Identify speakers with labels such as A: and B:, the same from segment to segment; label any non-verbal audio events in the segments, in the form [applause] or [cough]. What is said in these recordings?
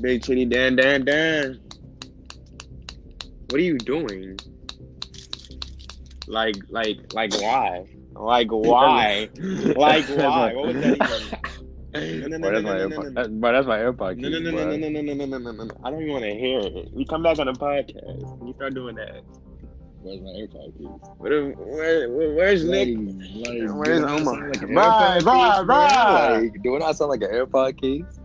A: Big titty, Dan, Dan, Dan. What are you doing? Like, like, like, why? [laughs] Like, why? like, [laughs] why? What was that even? No, no, no,
B: Bro, that's my
A: no, no, no,
B: AirPod. That's, bro, that's my AirPod.
A: No, no,
B: keys,
A: no,
B: bro.
A: no, no, no, no, no, no, no, no, no. I don't even want to hear it. We come back on the podcast. You start doing that.
B: Where's my AirPod? keys?
A: Where, where, where- where's Nick?
B: Like, like,
A: Where's
B: do I sound
A: Omar?
B: like an
A: Bye,
B: AirPod
A: bye,
B: keys, bro?
A: bye.
B: Like, do I not sound like an AirPod keys?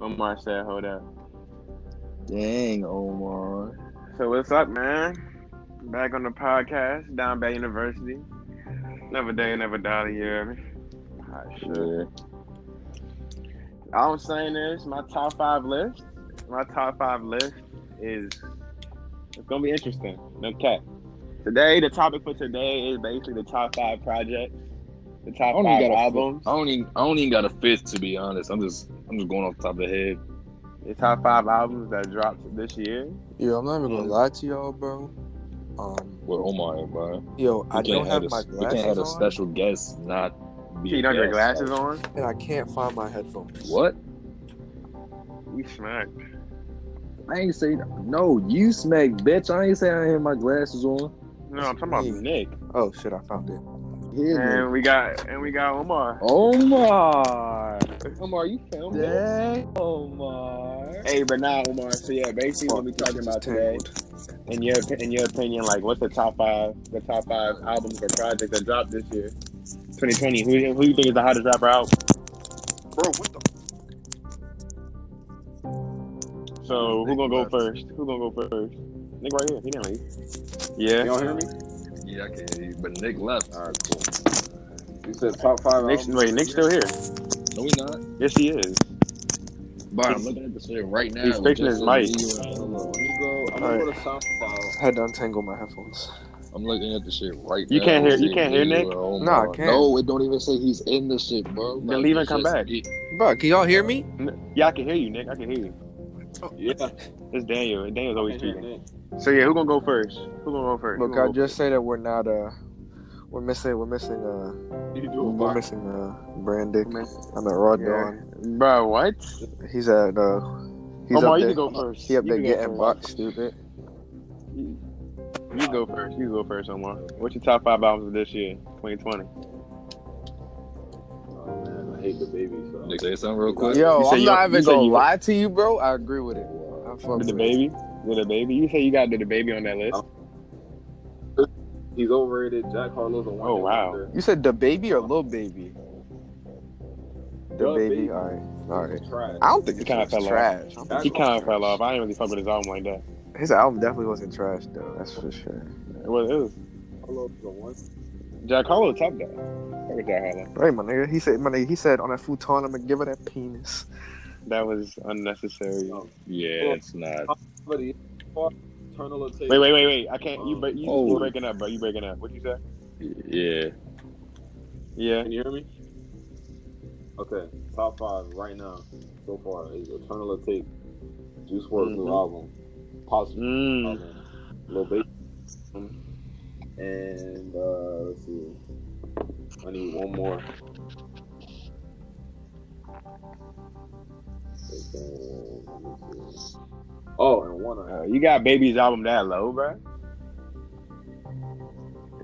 A: Omar said, hold up.
B: Dang, Omar.
A: So what's up, man? Back on the podcast, down bad university. Never day, never dollar, year. Hot Ah, shit.
B: Sure.
A: I'm saying this, my top five list. My top five list is it's gonna be interesting. No cap. Today, the topic for today is basically the top five projects, the
B: I
A: top
B: don't
A: five
B: even got a
A: albums,
B: I don't even. I don't even got a fifth to be honest. I'm just. I'm just going off the top of the head.
A: the top five albums that dropped this year.
C: Yo, I'm not even gonna lie to y'all, bro. Um,
B: With Omar, bro. We
C: yo, I don't have,
B: a,
C: my
B: We can't
C: glasses
B: have a
C: on,
B: special guest not. Be
A: You
B: a
A: don't have your
B: guest.
A: glasses on.
C: and I can't find my headphones.
B: What?
A: You smack.
B: I ain't say no. You smack, bitch. I ain't say I ain't have my glasses on.
A: No, I'm talking about
C: Yeah.
A: Nick.
C: Oh shit, I found it.
B: Yeah,
A: And we got and we got Omar.
B: Omar. Omar, you found it.
C: Dang.
B: Omar.
A: Hey, but now Omar. So yeah, basically what we're talking about today, in your in your opinion, like what's the top five the top five albums or projects that dropped this year, 2020? Who who you think is the hottest rapper out?
C: Bro, what the?
A: So who gonna go first? Who gonna go first? Nick right here. He didn't leave. Yeah.
D: Y'all hear me?
B: Yeah, I can hear you, but Nick left.
D: All right, cool. You said top five.
A: Nick's,
D: albums?
A: wait, Nick's still here.
B: No, we not.
A: Yes, he is.
B: Bro, I'm looking at this shit right now.
A: He's fixing his mic.
D: Let me go. I'm gonna go to SoundCloud.
C: I had to untangle my headphones.
B: I'm looking at the shit right
A: You
B: now.
A: can't hear-
B: It
A: you can't
B: say
A: hear Nick?
B: you are Omar.
C: Nah, I can't.
B: No, it don't even say he's in the shit, bro.
A: Then
B: Like,
A: leave and
B: it's
A: come
B: just-
A: back.
B: it-
C: Bro, can y'all hear me?
A: Yeah, I can hear you, Nick. I can hear
D: [laughs]
A: you.
D: Yeah.
A: It's Daniel. and Daniel's always
D: Can't hear
A: cheating.
D: Nick.
A: So yeah, who gonna go first? Who gonna go first? Who
C: Look,
A: gonna go
C: I just say that we're not uh, we're missing, we're missing uh,
D: You do a
C: we're
D: box.
C: missing uh, Brandick.
A: Man.
C: I'm at Raw
A: Yeah.
C: Dawn.
A: first? Bro, what?
C: He's at uh, he's
A: Omar, you
C: up there.
A: can go first.
C: He up
A: You
C: there
A: can go
C: getting
A: first.
C: boxed, stupid.
A: You go first. You go first, Omar. What's your top five albums of this year, 2020?
D: Oh, man, I hate the baby. So.
B: Nick, say something real quick.
C: Yo,
A: You say
C: I'm
A: you-
C: not
A: you
C: even
A: say
C: gonna
A: you-
C: lie to you, bro. I agree with it. I fuck
A: Did
C: with
A: the
C: it.
A: baby? Did the baby? You say you got did the baby on that list?
D: Oh, He's overrated. Jack Harlow's a one.
A: Oh, wow.
C: You said the baby or little baby? The
D: Da
C: baby.
D: Baby.
C: All right, all right.
D: Try.
C: I don't think
A: He
C: it
A: kinda
C: was
A: fell off.
C: trash. I don't think
A: He
C: it was
A: kind of fell
C: trash.
A: off. I didn't really fuck with his album like that.
C: His album definitely wasn't trash though. That's for sure.
A: It was. It was
D: Harlow's a one.
A: Jack Harlow top guy. Fuck with Jack Harlow.
C: Right, my nigga. He said, my nigga. He said on that futon, I'm gonna give her that penis.
A: That was unnecessary.
D: Oh.
B: Yeah, it's not.
D: But he- Eternal of
A: Wait, wait, wait, wait. I can't. You, bre- you, you
B: Oh.
A: breaking up, bro. You breaking up. What you say?
B: Yeah.
A: Yeah.
D: Can you hear me? Okay, top five right now so far is Eternal of Tape, Juice WRLD's
A: Mhm.
D: new album, Possible
A: Mm.
D: album, Lil Baby, and uh, let's see, I need one more. Oh, and one I
A: Uh, you got Baby's album that low, bro?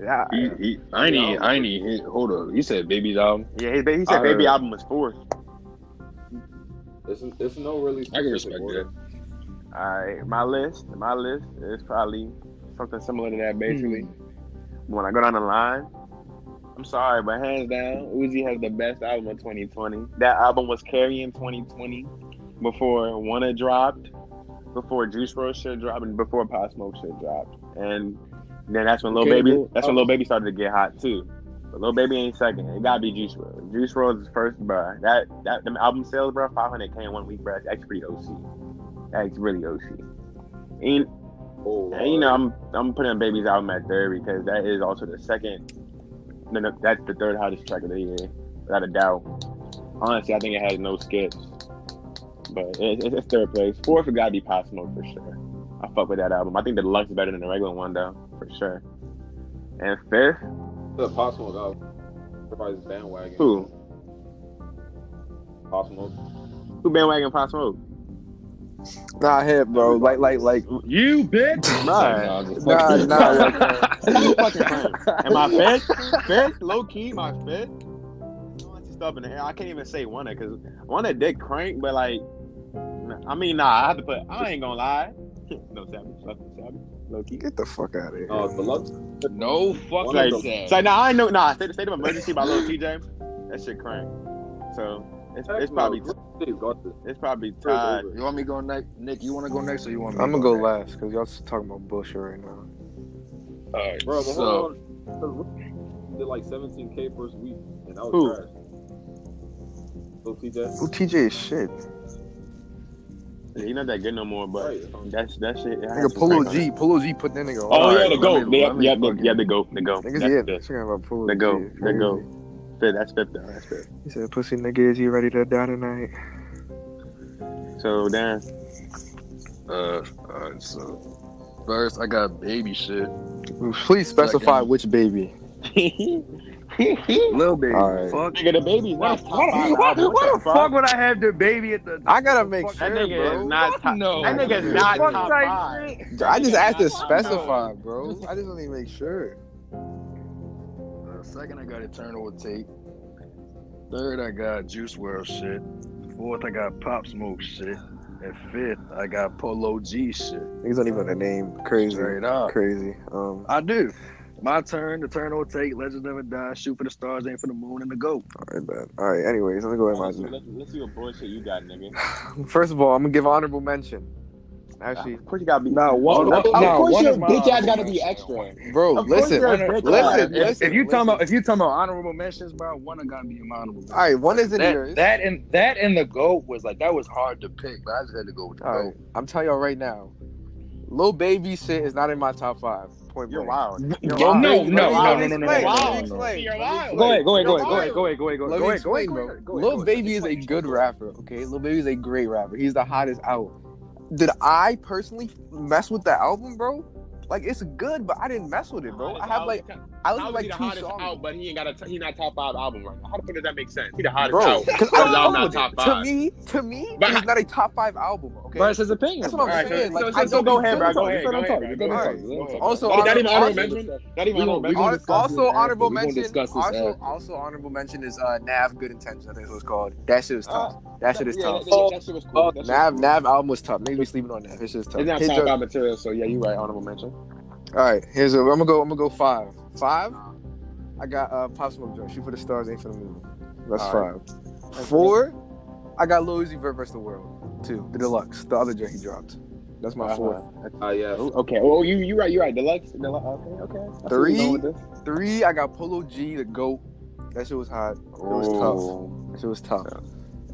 A: Yeah.
B: He, he, I need. I need. Hit, hold up. You said baby's album.
A: Yeah. He, he said
B: I
A: Baby
B: heard-
A: album was fourth.
D: It's, it's no really.
B: I can respect
D: specific order.
B: that.
A: Alright, my list, my list is probably something similar to that basically.
B: Hmm.
A: When I go down the line, I'm sorry, but hands down, Uzi has the best album of 2020. That album was carrying 2020 before Wanna dropped, before Juice WRLD shit dropped, and before Pop Smoke shit dropped. And then that's when Lil
B: Okay,
A: Baby,
B: well, uh,
A: that's when Lil Baby started to get hot too. But Lil Baby ain't second. It gotta be Juice WRLD. Juice WRLD is first, bruh. That that them album sales, bruh, 500k in one week, bruh. That's pretty OC. That's really OC. And
D: Oh,
A: and, you know, I'm I'm putting Baby's album at third because that is also the second. No, no, that's the third hottest track of the year, without a doubt. Honestly, I think it has no skips, but it, it, it's third place. Fourth, it gotta be Pop Smoke for sure. I fuck with that album. I think the deluxe is better than the regular one though, for sure. And fifth,
D: the Possible album. Everybody's bandwagon.
A: who?
D: Pop Smoke.
A: Who bandwagon Pop Smoke?
C: Nah, hit, bro. Like, like, like.
A: You bitch. Nah.
B: Nah, just
C: Nah,
B: fuck it. [laughs]
C: nah. uh,
A: fucking playing. And my fist, fist, low key, my fist. Stuff in the air. I can't even say one because one that did crank, but like, I mean, nah. I have to put. I ain't gonna lie. [laughs] No savage, fucking savage, low key.
C: Get the fuck out of here.
A: Oh,
D: No, it's Uh, the love.
E: No fucking
A: Like,
E: sense.
A: so like, nah, I know. Nah, state, state of emergency by Lil TJ. That shit crank. So it's, it's probably
D: Please, got this.
A: it's probably tied.
B: You want me to go next, Nick? You want to go next, or you want me?
C: I'm gonna go
B: next?
C: last because y'all just talking about bullshit right now.
E: Alright,
D: Bro, but
E: so
D: hold on. 'Cause we Did like 17k first week, and that was
A: Who?
D: trash. So TJ,
C: Who TJ is shit?
A: He's not that good no more, but
D: right?
A: that's that shit. it has
C: Nigga,
A: some
C: Polo
A: crank on it.
C: G. Polo G put that nigga on.
A: Oh yeah, the
B: Alright, let
A: goat.
B: me-
A: Yeah,
B: let me
A: yeah, the
B: fucking-
A: yeah, the goat, the goat.
C: Niggas,
A: That's
C: yeah,
A: the-
C: talking about Polo
A: Let
C: G.
A: go.
C: It's
A: Let go.
C: crazy.
A: Fifth, that's fifth though. That's fifth.
C: He said, "Pussy nigga, is you ready to die tonight?"
A: So Dan,
E: uh, alright, so first I got baby shit.
C: Please specify which baby.
A: [laughs] nigga,
B: Lil baby.
C: All right.
B: Fuck.
A: the baby's not top five.
B: What,
A: album.
B: what the
A: fuck?
B: fuck would I have the baby at the?
C: I gotta make
A: That
C: sure,
A: nigga
C: bro.
A: is not
E: Fuck
A: top.
E: no.
A: That nigga is not
B: Fuck
A: top
B: type
A: five.
B: shit.
C: I just asked to
A: Fuck no.
C: specify, bro. I just want to make sure.
B: Uh, second, I got Eternal with Tape. Third, I got Juice World shit. Fourth, I got Pop Smoke shit. And fifth, I got Polo G shit.
C: Niggas not even a name. Crazy,
B: Straight up.
C: crazy. Um,
B: I do. My turn, Eternal with Tape, Legends Never Die, Shoot for the Stars, Aim for the Moon, and the Go.
C: all right, bad. All right. Anyways, let me go
A: Let's,
C: ahead. and
A: let's, let's see what bullshit you got, nigga.
C: my- [laughs] First of all, I'm gonna give honorable mention. Actually,
A: Of course you gotta be.
B: Nah, one.
E: of
B: nah,
E: course
B: one
E: your
B: of my
E: bitch ass
B: honorable
E: gotta be
B: mentions.
E: extra.
C: bro,
A: Of course
C: listen.
A: you're a
C: All
B: One
A: bitch
B: of-
C: listen,
A: ass.
B: if,
C: listen,
B: if you talking
C: listen.
B: about if you talking about honorable mentions, bro, one of gotta be in my honorable. mentions.
C: right, one isn't
B: That,
C: yours.
B: that and that and the goat was like that was hard to pick, but I just had to go with the
C: All right, I'm telling y'all right now, Lil Baby shit is not in my top five. Point
A: You're
C: blank.
A: wild. You're
B: No,
A: wild.
E: no, no,
A: You're wild.
E: no,
B: no, no, no,
A: You're
B: no, no,
A: wild.
B: no, no.
C: Explain.
E: You're
C: Let me
E: lying.
B: Go ahead, go ahead, go
E: You're
B: ahead,
E: lying.
B: go ahead, go ahead, go ahead, go ahead,
C: Let
B: go
C: me
B: ahead, go ahead,
C: explain,
B: go
C: bro.
B: ahead. go ahead,
C: Lil
B: go ahead.
C: Baby is a good rapper, okay? Lil Baby is a great rapper. He's the hottest out. Did I personally mess with that album, bro? Like it's good, but I didn't mess with it, bro. I have like I
A: How is
C: listened to
A: he
C: like
A: the
C: two
A: hottest
C: songs,
A: out, but he ain't got a he not top five album right now. How the fuck does that make sense? He the hottest
C: bro.
A: out.
C: Because
A: His album
C: I
A: not
C: do
A: top
C: To
A: five.
C: me, to me,
A: But-
C: it's not a top five album, okay?
B: But it's his opinion.
C: That's what I'm
B: bro.
A: Alright,
C: saying.
A: so-
C: Like
A: so-
C: I
A: so
C: don't
A: go
C: even
A: ahead,
C: feel
A: bro.
C: it.
A: Go ahead, go ahead, bro. Go ahead.
C: Also,
A: Not even honorable
C: honestly-
A: mention. Not even
B: We
A: honorable
B: gonna- we
A: mention.
B: gonna-
C: Hon-
B: discuss
C: Also,
B: this after.
C: honorable
B: We gonna
C: mention.
B: discuss this
C: Also,
B: after.
C: also honorable mention is uh, Nav Good Intentions. I think it was called. That shit was tough. that shit is
A: Uh, Yeah,
C: tough.
A: that- that- That shit was cool. That shit was
C: Oh, Nav
A: cool.
C: Nav album was tough. Maybe we sleeping on that. It's just tough.
A: It's not
C: His
A: top
C: joke-
A: five material, so yeah, you right. Honorable mention.
C: All right, here's a. I'm gonna go. I'm gonna go five. Five. I got uh, Pop Smoke Joe. Shoot for the stars, ain't for the moon. That's
A: All
C: five. Four. I got Lil Uzi Vert versus the world. Two. The deluxe. The other joint he dropped. That's my
A: Uh-huh.
C: four.
D: Ah, yes.
A: Oh, okay. Oh, you you right. You right. Deluxe. Deluxe. Okay. Okay. I see where
C: Three.
A: you're going with this.
C: Three. I got Polo G. The goat. That shit was hot. It was tough. That shit was tough.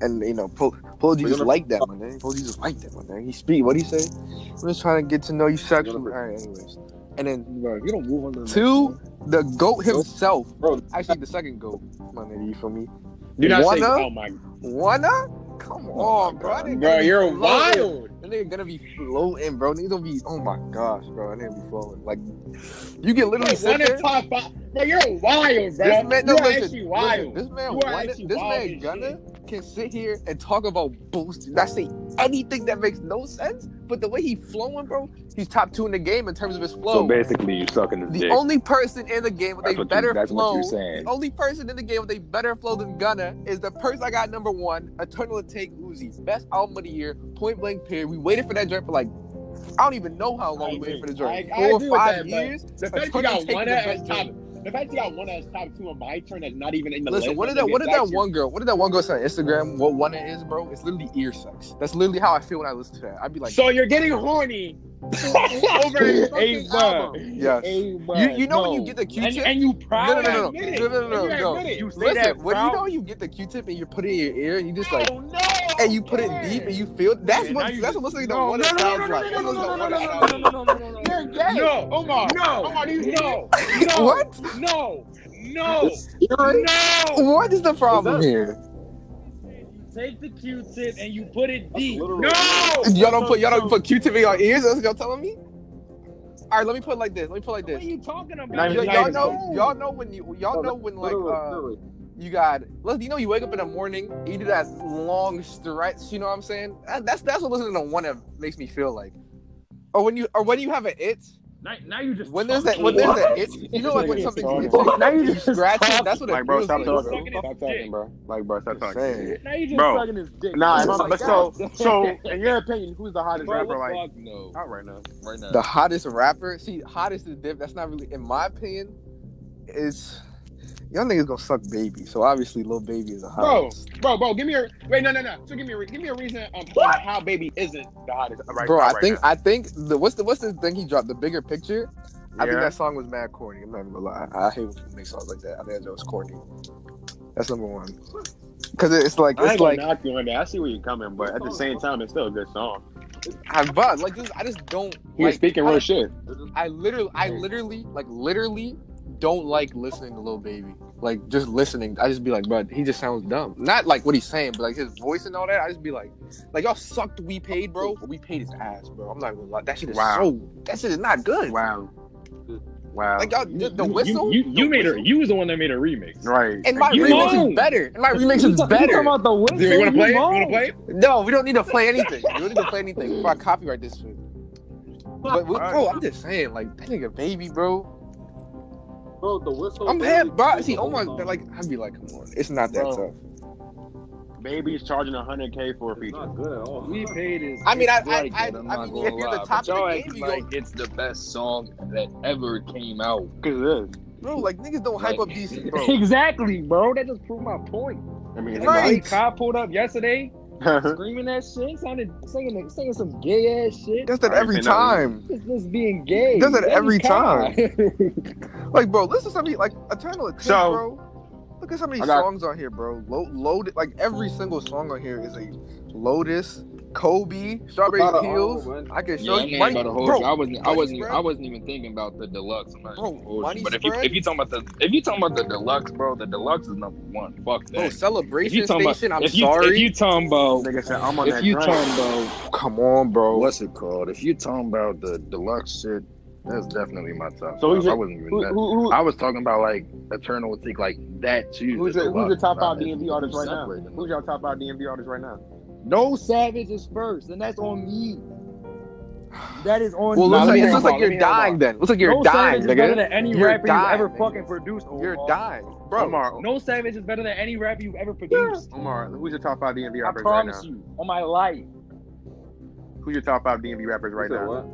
C: And you know, Polo, Polo G
D: We're
C: just
D: gonna-
C: like that one. Man. Polo G just like that one. Man. He speak. What he say? I'm just trying to get to know you sexually. All right, anyways. And then
B: Bro, you don't move on to the
C: Two, the goat himself.
D: Bro.
C: Actually, the second goat. My nigga, you feel me?
A: Do not say.
C: Wanna?
A: Oh my.
C: Wanna? Come on, bro. That
A: Oh
C: nigga
A: Bro,
C: gonna
A: you're
C: be floating.
A: wild.
C: That nigga gonna be floating, bro. Nigga gonna be. Oh my gosh, bro. That nigga be floating. Like, you can literally
A: One
C: sit there.
A: in top five. Bro, you're wild, bro.
C: This man, no,
A: you're
C: listen,
A: actually
C: listen,
A: wild.
C: this man,
A: You are
C: wanna,
A: actually
C: this
A: wild
C: man
A: as
C: Gunna can sit here and talk about boosting. I say anything that makes no sense, but the way he flowing, bro, he's top two in the game in terms of his flow.
E: So basically, you sucking his
C: The
E: dick.
C: only person in the game with
E: That's
C: a
E: what
C: better
E: you, that's
C: flow,
E: what you're saying.
C: the only person in the game with a better flow than Gunna is the person I got number one, Eternal Take Uzi, best album of the year, point blank period. We waited for that joint for like I don't even know how long
A: I
C: we waited for the
A: agree.
C: joint,
A: I- I
C: four
A: agree
C: or
A: with
C: five
A: that, but
C: years.
A: The fact you
C: Attorney
A: got
C: Taking
A: one
C: the
A: as
C: best
A: top,
C: joint.
A: the fact you got one as top two on my turn that's not even in the
C: Listen,
A: list.
C: what
A: I
C: did that?
A: think
C: What
A: is
C: did that
A: actually-
C: one girl? What did that one girl say on Instagram? What one it is, bro? It's literally ear sex. That's literally how I feel when I listen to that. I'd be like,
A: so you're getting
C: [laughs]
A: horny over a fucking
C: bud.
A: album.
C: yes.
A: Hey, bud,
C: You, you know when you
A: no.
C: get the
A: and,
C: Q-tip.
A: and you
C: No,
A: proud
C: no, no, no,
A: admit it.
C: no, no, no,
A: And you
C: no.
A: admit it.
C: You
A: Say that
C: listen, when you
A: proud-
C: know you get the Q-tip and you put it in your ear and you just
A: No,
C: like,
A: no,
C: and you put it deep and you feel. That's
A: now
C: what.
A: you
C: That's
A: just-
C: what listening to
A: No,
C: one
A: no,
C: that
A: no, no,
C: sounds
A: no,
C: like.
A: no, no,
C: That's
A: no,
C: what
A: no,
C: that
A: no,
C: sounds like.
A: You're gay. No, Omar. No, Omar. Do you know? No.
C: [laughs] What?
A: No. No.
C: Right?
A: No.
C: What is the problem here?
A: You take the Q-tip and you put it deep.
D: literal.
A: No.
C: Y'all don't put y'all don't put Q-tip in your ears. That's what y'all telling me. All right, let me put it like this. Let me put it like
A: What are
C: this.
A: you talking about?
C: Y-
A: Not even-
C: y'all
A: not
C: know, y'all know when you, y'all know when like,
D: Literally,
C: uh,
D: literally.
C: You got look. You know, you wake up in the morning, you do that long stretch. You know what I'm saying? That- That's that's what listening to one of makes me feel like. Or when you or when you have an itch.
F: Now, now you just
C: When there's that when there's an itch. You know, like when
A: Nigga,
C: something's
A: sorry.
C: itching,
F: Now you
A: [laughs]
C: you
F: just
C: scratch it. That's what it
A: Like, bro,
C: feels
A: stop
C: like.
F: bro.
A: talking. Stop talking, bro. Like, bro, stop talking.
C: Saying.
F: now you just
A: Bro.
F: sucking his dick.
A: Nah, if
F: It's
A: I'm-
F: like,
A: so
F: God.
A: [laughs] so in your opinion, who's the hottest
D: Bro,
A: rapper
D: what
A: like
D: fuck no.
A: out right now?
D: Right now.
C: The hottest rapper. See, hottest is different. That's not really, in my opinion, is y'all niggas gonna suck baby. So obviously, Lil Baby is the
A: Bro,
C: hottest.
A: bro, bro, give me a wait. No, no, no. So give me a re- give me a reason on on how baby isn't the hottest. Right,
C: Bro,
A: out
C: I
A: right
C: think
A: now.
C: I think the what's the what's the thing he dropped? The bigger picture. I think
A: Yeah.
C: that song was mad corny. I'm not even gonna lie. I hate when people make songs like that. I think that was corny. That's number one. Cause it's like
A: I ain't
C: it's
A: gonna
C: like
A: knock you on that. I see where you're coming, but at the same time, it's still a good song.
C: I but like this, I just don't.
A: He was
C: like-
A: speaking
C: I-
A: real shit.
C: I literally, I literally, like literally, don't like listening to Lil Baby. Like just listening, I just be like, bro, he just sounds dumb. Not like what he's saying, but like his voice and all that. I just be like, like y'all sucked. We paid, bro. We paid his ass, bro. I'm not gonna lie. That shit is
A: Wow.
C: so. That shit is not good.
A: Wow, wow.
C: Like y'all, the, the
F: You-
C: whistle.
F: You, you, you
C: the
F: made her.
C: whistle-
F: You was the one that made a remix.
A: right.
C: And my
F: You
C: remix
F: wrong.
C: is better. And my remix is better.
F: about the
A: Do you want to play? it? You want to play? it?
C: No, we don't need to play anything. We don't need to play anything. Before I copyright this shit. But we, bro, I'm just saying, like that nigga baby, bro.
D: Bro, the whistle.
C: I'm
D: barely
C: happy, bro.
D: plays
C: See,
D: the
C: oh
D: whole
C: my,
D: song.
C: like, I'd be like, come on, it's not that
A: Bro.
C: tough.
A: Baby's charging 100k for a
D: It's
A: feature.
D: not good at [laughs] all.
E: We paid his.
C: I mean, I-
E: his right,
C: I- I-
E: but I'm
C: I
E: not
C: mean,
E: gonna
C: if you're the
E: lie,
C: top
E: but
C: of the
E: y'all
C: game,
E: act
C: you go-
E: like it's the best song that ever came out.
A: Cause it is.
C: Bro, like niggas don't hype up DC,
E: [laughs]
C: bro.
F: [laughs] Exactly, bro. That just proved my point.
A: I mean, it's
C: Right.
F: Right. Kai pulled up yesterday,
A: not- [laughs]
F: screaming that shit, sounded singing singing some gay ass shit.
C: Does that
A: Alright,
C: every
A: then that was-
C: time.
F: Just, just being gay.
C: Does it
F: That is [laughs]
C: every
F: Kai.
C: Like, bro, listen to something like Eternal Attempt,
A: So-
C: bro. Look at some of these
A: I got-
C: songs on here, bro. Lo- loaded, like every single song on here is a Lotus, Kobe, Strawberry
D: About an
C: Peels.
D: hour, man.
C: I can
E: Yeah,
C: show
E: I
C: you
E: ain't
C: money,
E: about to hold
C: bro.
E: you. I wasn't. I
C: money
E: wasn't.
C: spread?
E: I wasn't even thinking about the deluxe. I'm not
C: Bro,
E: even gonna hold
C: money
E: you. But if you
C: spread?
E: if you talking about the if you talking about the deluxe, bro, the deluxe is number one. Fuck
C: Bro,
E: that. If
C: Celebration
E: you talking about-
C: Station. I'm
E: if you,
C: sorry.
E: If you talking about
A: Nigga said I'm on
E: if
A: that
E: you
A: grind.
E: talking about
C: Come on, bro.
B: What's it called? If you're talking about the deluxe shit, that's definitely my top.
A: So
B: So
A: who's
B: five. I
A: your-
B: wasn't even.
A: Who,
B: that-
A: who, who,
B: I was talking about like Eternal Take, like that too.
A: who's your, who's your
B: Deluxe,
A: top
B: not
A: five DMV artists right now?
B: separating them.
A: Who's your top five DMV artists right now?
F: No Savage is first, and that's on me. That is on me.
C: well, looks
A: let me
C: like, it
A: hear
C: looks
A: him out, let
C: like you're
A: me hear him out.
C: dying. Then looks like you're
F: no
C: dying,
F: Savage is better
C: nigga.
F: than any
C: You're
F: rapper
C: dying,
F: you've ever
C: nigga.
F: fucking produced. Omar.
C: You're dying, bro.
A: Omar,
F: No Savage is better than any rapper you've ever produced.
A: Omar, who's your top five DMV
F: I
A: rappers right
F: promise
A: now?
F: you, on my life.
A: Who's your top five DMV rappers right
D: You said
A: now?
D: what?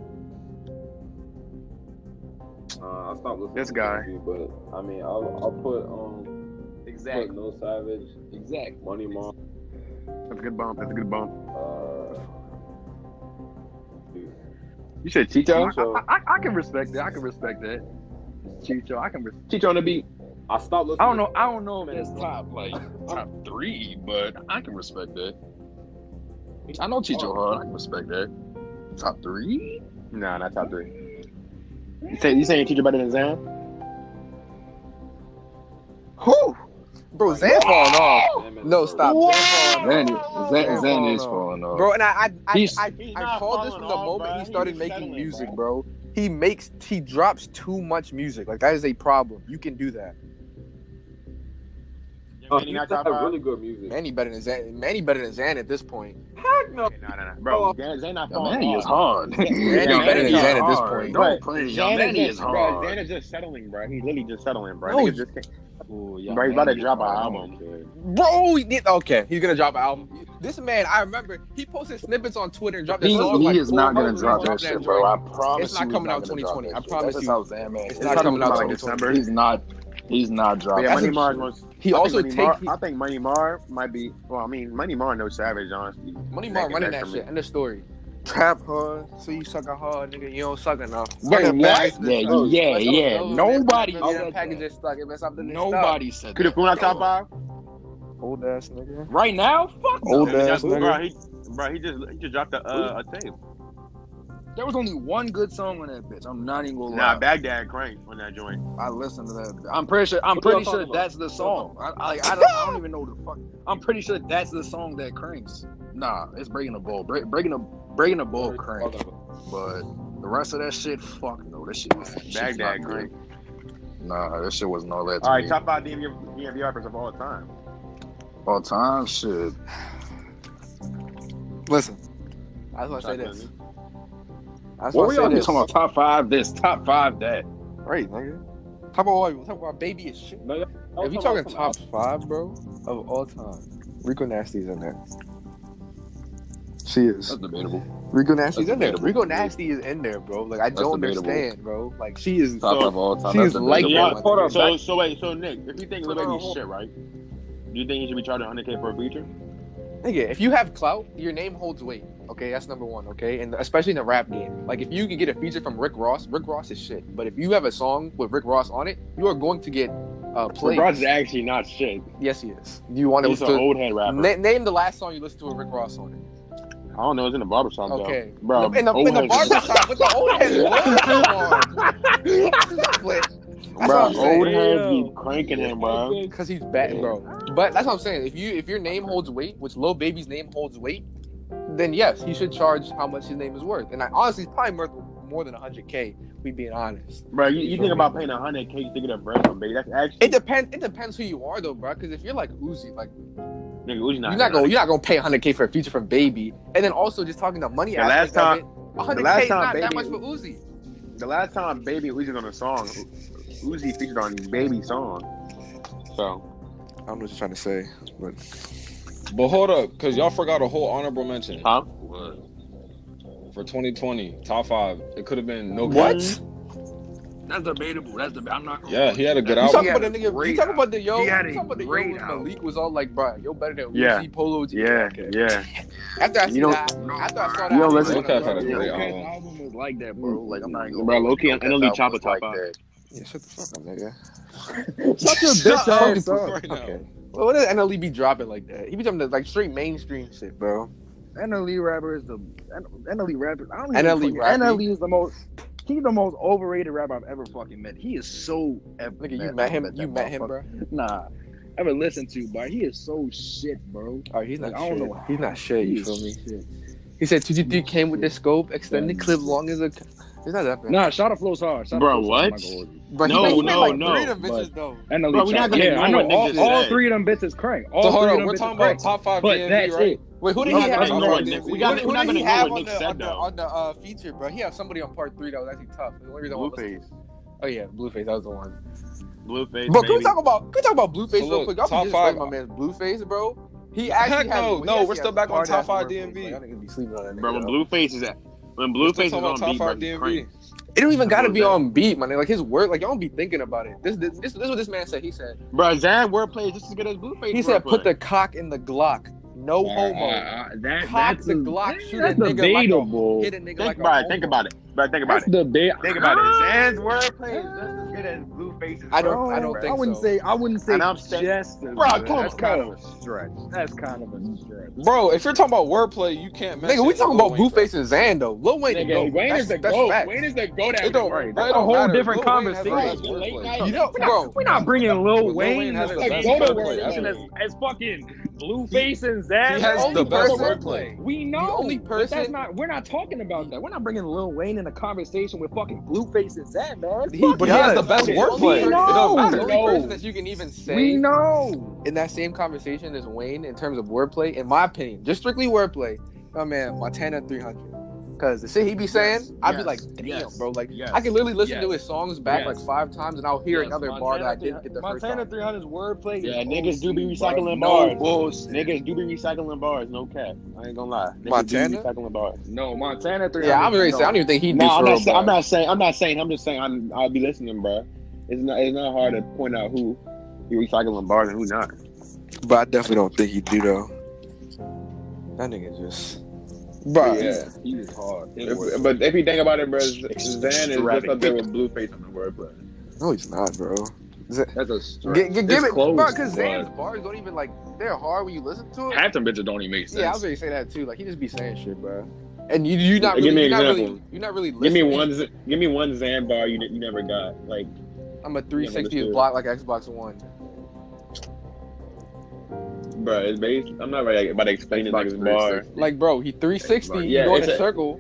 D: Uh, I stopped listening.
A: This
D: to
A: guy.
D: DMV, But I mean, I'll, I'll put um, put
E: exactly,
D: No Savage,
E: exactly.
D: Money Mom.
A: That's a good bump. That's a good bump.
D: Uh,
A: You said Chicho.
D: So-
B: I, I, I can respect that. I can respect that. Chicho, I can. Respect,
A: Chicho on the beat.
D: I stopped listening.
B: I don't know. I don't know if that's top like top three, but I can respect that. I know Chicho hard. I can respect that. Top three?
A: Nah, not top three. You say you saying Chicho better than Zan?
C: Who? Bro, Zan falling off.
D: Damn it,
C: No,
D: bro.
C: stop. Zan falling
B: Zan,
C: off.
B: Zan, Zan is falling off.
C: Bro, and I, I, I,
B: He's-
C: I,
A: He's
C: I
A: not
C: called this from the
A: falling off,
C: moment
A: bruh.
C: he
A: He's
C: started making
A: settling,
C: music, bro. He makes, he drops too much music. Like that is a problem. You can do that.
D: Uh,
A: Manny
D: he
A: not
D: got
A: top five.
D: really good music.
C: Manny better than Zan. Manny better than Zan at this point.
A: Okay, nah, nah, nah. Bro, Zan, Zan not
B: Yo,
A: falling
B: Manny
A: off.
B: is hard. [laughs]
A: Manny
B: Yo,
A: better than
B: is
C: Zan at this
B: hard.
C: point.
B: Don't
A: But
B: play. Yo,
A: Zan
B: Manny
A: just-
B: is
A: Bro, Zan
B: hard.
A: is just settling, bro. He's literally just settling, bro.
C: No,
A: Nigga just can't- bro, he's about to drop an album.
C: Bro, he did, okay, he's gonna drop an album. This man, I remember, he posted snippets on Twitter and dropped that
B: He,
C: song. like,
B: he is
C: four
B: not
C: months
B: gonna drop
C: ago.
B: that
C: Dropped
B: shit,
C: joint.
B: bro. I promise
C: It's
B: you
C: not
B: he's
C: coming out
B: gonna
C: 2020.
B: drop that
C: I
B: shit.
C: promise
B: That's
C: you.
B: how Zan man.
C: It's
B: is.
C: not coming out
A: Like
C: till
A: December.
B: He's not. He's not dropping.
A: yeah,
C: That's
A: Money
C: a-
A: Mar's wants.
C: He
A: I think
C: also
A: Money
C: take
A: Mar,
C: he-
A: I think Money Mar might be. Well, I mean, Money Mar no Savage, honestly.
C: Money Mark
A: Nigga,
C: running
A: that's
C: that
A: for
C: shit.
A: me.
C: End of story. Trap hard, so you suck hard, nigga. You don't suck enough.
B: Wait, what? Yeah, yeah, yeah. Nobody
C: That
B: said
C: package
B: that.
C: is stuck. If it's something that's
B: Nobody said
A: Could have
B: that.
A: been our
B: Yo,
A: top five.
C: stuck. old ass nigga.
B: Right now? Fuck no.
C: Old ass
A: Bro,
C: nigga.
A: he, bro, he just he just dropped a uh, a tape.
B: There was only one good song on that bitch. I'm not even gonna
A: Nah,
B: lie.
A: Baghdad crank on that joint.
B: I listened to that. I'm pretty sure. I'm
D: What y'all
B: pretty sure
D: talking about?
B: that's the song. I, I, I, don't, I don't even know the fuck. I'm pretty sure that's the song that cranks. Nah, it's breaking the ball. Break, breaking the breaking the ball crank. But the rest of that shit, fuck no. That shit was shit's
A: Baghdad
B: not
A: crank.
B: good. Nah, that shit wasn't all that. To
A: All right,
B: me.
A: top five DMV, DMV rappers of all time.
B: All time shit.
C: Listen, I was gonna say
A: Top
C: this.
A: 10.
C: I
B: What
C: was gonna
B: we
C: say
B: all be
C: this.
B: talking about? Top five this, top five that.
C: Right, nigga. Talk about all you talk about baby is shit.
D: No, y'all- y'all
C: If you
D: talking
C: talking
D: about
C: top five, bro, of all time, Rico Nasty's in there. She is.
B: That's debatable.
C: Rico Nasty's
B: that's
C: in there.
B: debatable.
C: Rico Nasty is in there, bro. Like I
B: That's
C: don't
B: debatable.
C: understand, bro. Like she is.
B: Top
A: So,
B: of all time.
C: she
B: That's
C: is like
B: debatable.
A: Yeah,
C: that.
D: hold up.
A: So, so wait, so Nick, if you think Lil
D: Hold on,
A: Baby's
D: hold
A: shit, right? Do you think he should be charged 100k for a feature?
C: Nigga, if you have clout, your name holds weight. Okay, that's number one. Okay, and especially in the rap game, like if you can get a feature from Rick Ross, Rick Ross is shit. But if you have a song with Rick Ross on it, you are going to get uh, played.
A: Rod's actually not shit.
C: Yes, he is. Do you want to
A: He's an
C: listen
A: old head
C: to?
A: rapper.
C: Na- name the last song you listened to with Rick Ross on it.
A: I don't know. It's in the barbershop,
C: Okay,
A: though. Bro,
C: in the, in the, in the
A: old heads-
C: barber shop with the
A: [laughs]
C: old heads. That's what
A: Bro,
C: I'm saying.
A: old heads
D: Yo.
A: be cranking him, bro.
C: Because he's bad, bro. But that's what I'm saying. If you if your name holds weight, which Lil Baby's name holds weight, then yes, he should charge how much his name is worth. And I honestly, he's probably worth more than 100k. We being honest.
A: Bro, you, you think about paying 100k to get a verse from Baby? That's actually
C: It depends. It depends who you are though, bro. Because if you're like Uzi, like
A: nigga, Uzi not.
C: you're not gonna you're not gonna pay 100k for a feature from Baby, and then also just talking the money
A: The
C: aspect
A: last
C: of it. 100k
A: last
C: is
A: time
C: not that
A: Baby-
C: much for Uzi.
A: The last time Baby Uzi was on a song, Uzi featured on Baby's song. So
C: I don't know what you're trying to say, but
D: But hold up, because y'all forgot a whole honorable mention
A: huh?
D: for 2020 top five. It could have been no.
C: what?
E: That's debatable. That's debatable. I'm not gonna.
D: Yeah, Oh, he had a good
C: You
D: album.
C: talking about the nigga? You
E: great
C: talking about the yo?
E: He
C: You
E: had a
C: talking about the yo?
E: great
C: when
E: album.
C: Malik was all like, "Bro, yo better than
A: Yeah.
C: Uzi Polo." G."
A: Yeah, yeah.
C: After [laughs] I
A: You
C: see
A: don't-
C: that, after I saw that,
A: You don't
C: I was
A: listen-
C: like,
D: Lil Cap had a
C: bro,
D: great
C: yo,
D: album.
B: album was like that, bro.
C: Mm,
B: Like I'm not even
A: Bro,
B: lie.
A: low-key,
B: Lil Cap's
A: I only
B: album
A: chop a
B: was
A: top five.
B: that.
C: Yeah, shut the fuck up, nigga.
D: Shut your
C: Shut
D: bitch
C: up.
D: ass up right now.
C: Okay. Well, what does NLE E be dropping like that? He be dropping like straight mainstream shit, bro.
F: NLE E rapper is the NLE E rapper. I don't
C: NLE
F: even
C: E rapper.
F: NLE E is the most. He's the most overrated rapper I've ever fucking met. He is so. Ever
C: Nigga, you
F: man,
C: met
F: I've
C: him.
F: that
C: You met him,
F: motherfucker.
C: bro.
F: Nah, ever listened to, but he is so shit, bro.
C: All right, he's not.
F: Like, I don't
C: shit.
F: know.
C: He's not shit.
F: He
C: You
F: is
C: feel me?
F: shit.
C: He said 2G3 came with the scope, extended
F: Yeah.
C: clip, long as a. It's not that bad.
F: Nah, shot of flows hard. Shout
A: Bro,
F: Out Flow's
A: what?
F: hard, Michael Orton.
C: but
A: no,
C: he made, he made
A: no,
C: like
A: no,
C: three of them
F: but-
C: bitches though.
F: NLE
A: Bro,
F: chop.
A: we're not gonna
F: E yeah, I
A: ignore
F: know
A: what Nick
F: all,
A: just
F: all
A: said.
F: three of them bitches crank. All
D: So
F: three
D: hold
F: of
D: on,
F: them
D: we're
F: bitches
D: talking
F: crank.
D: about top five
F: But
C: E,
D: DMV,
F: that's
D: right?
F: it.
C: Wait, who did
A: We're
C: he
A: not
C: have
A: gonna
C: on
A: ignore
C: the-
A: it, Nick.
C: who
A: We're
C: did-
A: not-
C: who
A: we're not
C: did he
A: gonna
C: have
A: ignore
C: on
A: what Nick
C: the,
A: said,
C: on the,
A: though.
C: on the uh, feature, bro? He had somebody on part three that was actually tough. The only reason I listened-
A: Blueface,
C: Oh yeah, Blueface, that was the one.
A: Blueface.
C: But can we
A: Baby.
C: talk about can we talk about Blueface
D: So
C: real
D: look,
C: quick? Y'all
D: top
C: can just
D: five-
C: five. my man's Blueface, bro. He actually
D: Heck
C: has-
D: no,
C: he
D: no,
C: actually
D: we're
C: has
D: still back on
C: hard
D: top
C: ass
D: five
C: verses,
D: DMV.
C: bro. Y'all niggas be sleeping on that nigga,
A: Bro, when
C: yo.
A: Blueface is at, when
D: We're still
A: Blueface is
D: talking
A: on
D: about top
A: beat, bro,
D: five
A: he's
D: DMV.
A: crank.
C: It don't even
A: Bro,
C: gotta be
A: that-
C: on beat, my nigga. Like his word, like y'all don't be thinking about it. This this this, this is what this man said. He said
A: Bro, Zan wordplay is just as good as Blueface.
C: he said
A: wordplay.
C: put the cock in the Glock. No homo.
B: that,
C: Cock
B: that's
C: the
B: a-
C: Glock, shoot a
B: that's
C: nigga like a
B: debatable.
C: Hit a nigga
A: Think
C: like a
A: about it.
C: homo.
A: Think about it. Bro, think about
B: That's
A: it.
B: debatable.
A: Think about it. Zan's wordplay is just as good as Blueface's.
C: I don't-
A: wordplay,
C: I don't
A: bro.
C: think
F: I wouldn't
C: so.
F: say. I wouldn't say.
A: And I'm saying-
F: just as
A: Bro,
F: good.
A: come
F: That's
A: on,
F: kind
A: bro.
F: of a stretch. That's kind of a stretch.
D: Bro, if you're talking about wordplay, you can't mention
C: Nigga, we talking
D: Lil
C: about
D: Wayne, bro.
C: Blueface and Zan though. Lil Wayne,
A: Nigga,
C: the GOAT.
A: Wayne
C: that's,
A: is the
C: that's
A: goat.
C: fact.
A: Wayne is the goat
D: It don't,
A: after
D: it
B: That's a
D: don't
B: whole
D: matter.
B: different
D: Lil Wayne has the
B: conversation.
D: best
A: Late
D: wordplay.
A: night
C: You know,
F: We're
C: bro.
F: not, we're not bringing Lil
D: Lil Wayne
F: Wayne
D: has
F: as
D: the best
F: go to
D: wordplay
F: work
D: ever.
F: as, as fucking Blueface and Zaz.
D: He
C: The
D: has
C: only
D: the best
C: person-
D: wordplay.
F: we know.
C: the only
F: but that's
C: person-
F: not. We're not talking about that. We're not bringing Lil Wayne in a conversation with fucking Blueface and Zaz, man.
C: He-
F: Fuck
D: But he has the
C: does.
D: best
C: Only
D: wordplay. It
C: person-
D: don't
F: No.
C: The
D: matter.
C: only
F: No.
C: person that you can even say
F: We know.
C: in that same conversation as Wayne in terms of wordplay, in my opinion, just strictly wordplay, my man, Montana 300. Because the shit he be saying, I'd be
F: yes,
C: like, damn,
F: yes,
C: bro. Like, I can literally listen to
F: yes,
C: his songs back like five times and I'll hear another bar that I didn't get the
F: Montana
C: first time.
F: 300's wordplay.
A: Yeah,
F: is
A: niggas do be
F: OC, bro.
A: recycling
F: No
A: bars.
F: bullshit.
A: Niggas do be recycling bars, no cap. I ain't gonna lie. Niggas
C: Montana?
A: do be recycling bars.
F: No, Montana 300.
C: Yeah, I'm already
F: no.
C: saying, I don't even think he do
A: No, I'm
C: for
A: not,
C: real,
A: say- I'm
C: bro.
A: not saying. I'm not saying. I'm just saying. I'm, I'll be listening, bro. It's not. It's not hard to point out who you recycling bars and who not.
C: But I definitely don't think he do, though. That nigga just. Bro,
A: Yeah.
B: He was hard. His
A: If,
B: word-
A: but if you think about it, bro, Zan is just up there with Blueface on the wordplay.
C: no, he's not, bro.
B: That's a stretch.
C: G- g- give
B: It's
C: it,
B: close,
C: bro, because
B: but-
C: Zan's bars don't even like they're hard when you listen to it.
B: Half them bitches don't even make sense.
C: Yeah, I was gonna say that too. Like he just be saying shit, bro. And you, you not
A: Give
C: really,
A: me an
C: you're not really,
A: example.
C: you're not really.
A: Give me
C: Listening.
A: one. Z- Give me one Zan bar you, you never got. Like
C: I'm a 360
A: Yeah, understood.
C: block like Xbox One.
A: Bro, it's based. I'm not really about to explain this
B: Xbox
A: nigga's bar.
B: 360.
C: Like, bro, he 360.
B: Xbox.
C: you
A: Yeah,
C: go in
A: it's
C: a
A: a-
C: circle.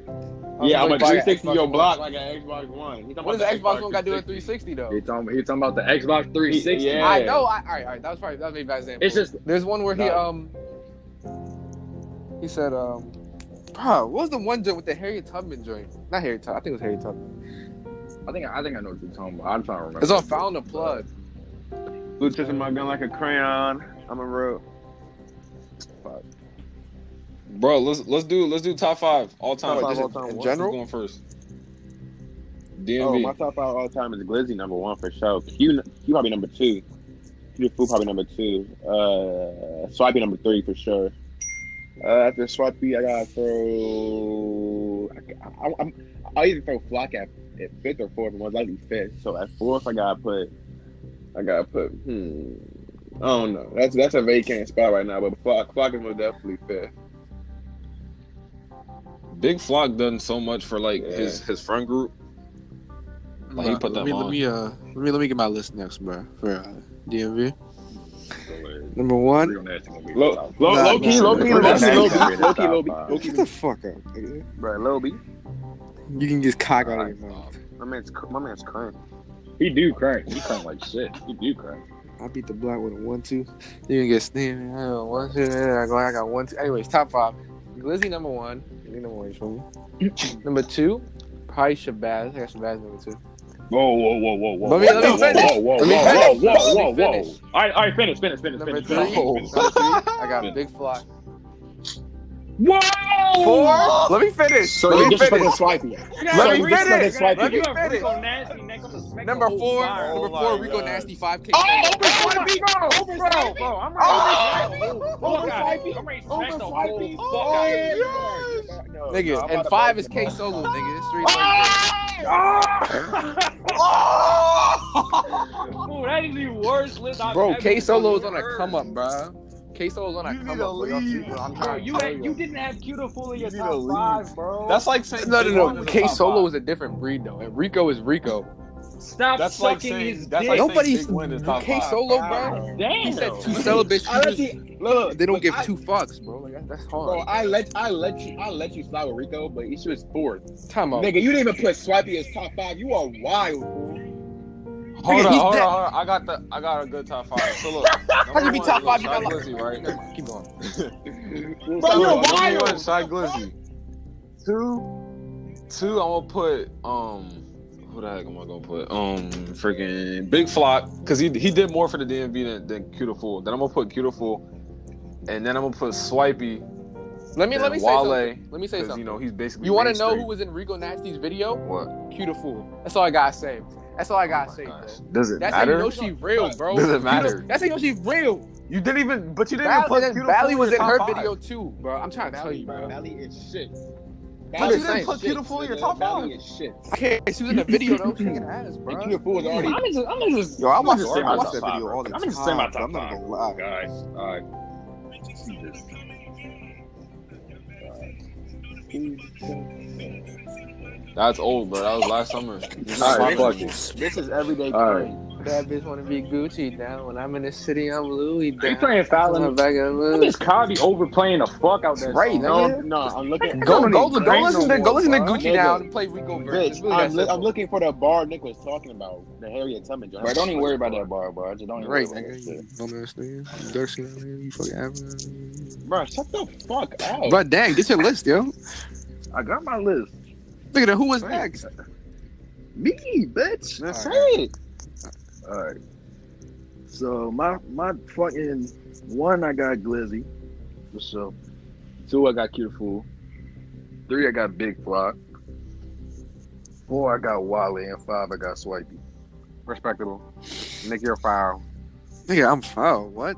A: yeah, I'm a
C: Xbox-
A: 360 your
C: Xbox
A: block like an Xbox One. He talking
C: What
A: about
C: does
A: the
C: Xbox One got to do with
A: 360.
C: 360 though?
E: He talking, he talking about the Xbox 360.
A: Yeah.
C: I know. I, all right, all right. That was probably that was maybe bad example.
E: It's just
C: There's one where he
E: No.
C: um he said um bro, what was the one joint with the Harriet Tubman joint? Not Harriet Tubman. I think it was Harriet Tubman.
E: I think I think I know what you're talking about. I'm trying to remember.
C: It's on Found a Plug.
A: Blue twisting my gun like a crayon. I'm a real.
D: Bro, let's let's do let's do top five all time.
A: Top five
D: Just
A: all time.
D: in
A: What's
D: general, going first.
A: Oh,
D: DMV.
A: my top five all time is Glizzy number one for sure. Q, Q probably number two. Q the Fool probably number two. Uh, Swipey number three for sure. Uh, after Swipey, I gotta throw. I, I, I'm, I'll either throw Flock at, at fifth or fourth, and most likely fifth. So at fourth, I gotta put. I gotta put. Hmm. I don't know. That's that's a vacant spot right now, but Flock, Flock is most definitely fifth.
D: Big Flock done so much for like
A: Yeah.
D: his his friend group. Like, he put
C: let
D: them
C: me,
D: on.
C: let me uh let me let me get my list next, bro, for uh, DMV. Number one.
E: Real nasty gonna be
A: Low, low,
C: Nah,
A: low key,
C: nah.
A: low key,
E: We're
A: low
E: not
A: key, low key,
E: gonna
A: low
E: top
A: key, low key,
E: five.
A: low key,
C: Get the fuck up. nigga.
A: bro, low B.
C: You can just cock out of your mouth.
A: My man's my man's current.
E: He do crank. He crank like shit. He do crank.
C: I beat the block with a one two. You can get steaming. I got one two. I got, I got one two. Anyways, top five. Glizzy number one. Glizzy number one. you
F: [clears throat]
C: feel me? number two, probably Shabazz. I got Shabazz number two.
E: Whoa, whoa, whoa, whoa, whoa.
C: Let me- let me
E: whoa,
C: finish.
E: Whoa, whoa,
C: Let me
E: whoa,
C: finish.
E: whoa, whoa,
C: Let me
E: whoa, whoa.
C: finish.
E: All right, all right, finish, finish, finish,
C: Number
E: finish.
C: three,
E: No.
C: number three, I got Big Fly.
E: Whoa!
C: Four. Let me finish.
A: So
C: let
A: you
C: me
A: just fucking
C: finish.
A: swiping.
C: Let me finish.
E: Swipe
C: Let me
E: it.
C: finish. Number
F: Oh
C: four, number four, Rico Nasty five
E: Oh,
C: K. nigga, and five is K Solo, nigga. It's
E: Oh,
C: three.
G: [laughs] that is the worst list I've
C: Bro,
G: ever
C: K Solo is on a
G: heard.
C: come up, bro. K Solo's on a
F: You need
C: come
F: to
C: up. bro. Y'all
F: leave.
C: people, I'm
G: Bro,
C: trying to
G: you
C: tell
G: had, you didn't have Q the Fool in your
F: You need to
G: top
F: leave.
G: five, bro.
D: That's like saying
C: No,
D: Big
C: no,
D: Flock
C: no.
D: is a
C: K
D: top
C: Solo
D: five.
C: is a different breed, though. And Rico is Rico.
G: Stop
D: That's like
G: sucking
D: saying
G: his
D: that's
G: dick.
D: like saying
C: Nobody's-
D: Big Win is top
C: K
D: five.
C: Solo, bro.
G: Damn.
C: He said two celibate
A: I let
C: shooters.
A: you look.
C: They don't give
A: I-
C: two fucks, bro. Like, that- that's
A: Bro,
C: hard.
A: Oh, I let I let you I let you slide with Rico, but she was fourth.
C: Time out.
A: Nigga, you didn't even put Swipey as top five. You are wild. fool.
C: Nigga,
D: Hold on,
C: he's
D: hold on,
C: dead.
D: hold on. I got the I got a good top five. So look,
C: How you be top five? You
D: Shy
C: got like.
D: Glizzy, right?
C: Never mind, Keep going.
A: Fool,
D: So
A: Swipey was
D: look, number
A: wild.
D: one, Shy Glizzy. Two, two. I'm gonna put um, who the heck am I gonna put? Um, freaking Big Flock, cause he he did more for the DMV than than Cutiful. Then I'm gonna put Cutiful, and then I'm gonna put Swipey.
C: Let me
D: and
C: let me say
D: Wale,
C: something. Let me say
D: 'cause,
C: something.
D: You know he's basically.
C: You want to know
D: mainstream.
C: who was in Rico Nasty's video?
D: What?
C: Q the fool. That's all I gotta say. That's all I gotta
D: Oh my
C: say, bro.
D: gosh. Does it
C: That's how
D: matter?
C: you know she real, bro.
D: Does it
C: You know-
D: matter?
C: That's how you know she real.
D: You didn't even, but you didn't even put
C: Bally,
D: Cutiful
C: Bally
D: in
C: was
D: your
C: in
D: top
C: her
D: five.
C: video too, bro. I'm trying to tell
A: Valley,
C: you,
A: bro.
C: bro.
A: Valley is shit.
D: But you
C: Valley
D: didn't
C: is
D: put
A: shit,
D: Cutiful in your
A: nigga.
D: top
A: Valley
D: five.
A: is shit.
C: I care. She was in the video though. Shaking ass, bro.
A: And Q Fool was already.
G: I'm just, I'm just.
C: Yo, I watch,
D: just saying
C: I
D: my
C: watch
D: top
C: that
D: five,
C: video all the
E: I'm
C: time.
E: just saying my
C: bro. I'm
E: top
C: not gonna lie.
E: Guys, uh, all right. Jesus.
D: That's old, bro. That was last summer.
E: All right, fuck it.
A: This is everyday
E: All
A: curry.
C: That bitch wanna be Gucci now. When I'm in the city, I'm Louis.
E: Are you
C: Down.
E: playing foul in
C: I'm back in Louis.
E: Cosby overplaying the fuck out there.
C: Right,
A: No,
C: nigga.
A: no, I'm looking.
C: Go,
E: don't
C: go,
E: even
C: go,
E: drink
C: listen
E: no
C: to, go
E: more,
C: listen to
E: bro.
C: Gucci
A: Nigga.
C: now and play Rico version. It's
A: Bitch,
C: really that
A: I'm, li- I'm
C: simple.
A: looking for the bar Nick was talking about. The Harriet Tubman joint.
E: Bro, don't even worry about that bar, bro. Just don't even
C: Right,
E: worry about that
C: nigga.
E: shit.
C: You dumb ass nigga. You dark skinned nigga. You fucking average.
A: Bro, shut the fuck up.
C: But dang, get your list, yo.
E: I got my list.
C: Look at who was next.
E: Me, bitch.
A: That's
C: All
A: it.
E: All right.
B: So my my fucking one, I got Glizzy. For sure. Two, I got Q the Fool.
E: Three, I got Big Flock.
B: Four, I got Wale, and five, I got Swipey.
E: Respectable. Nick, you're foul.
C: Nigga, I'm foul. What?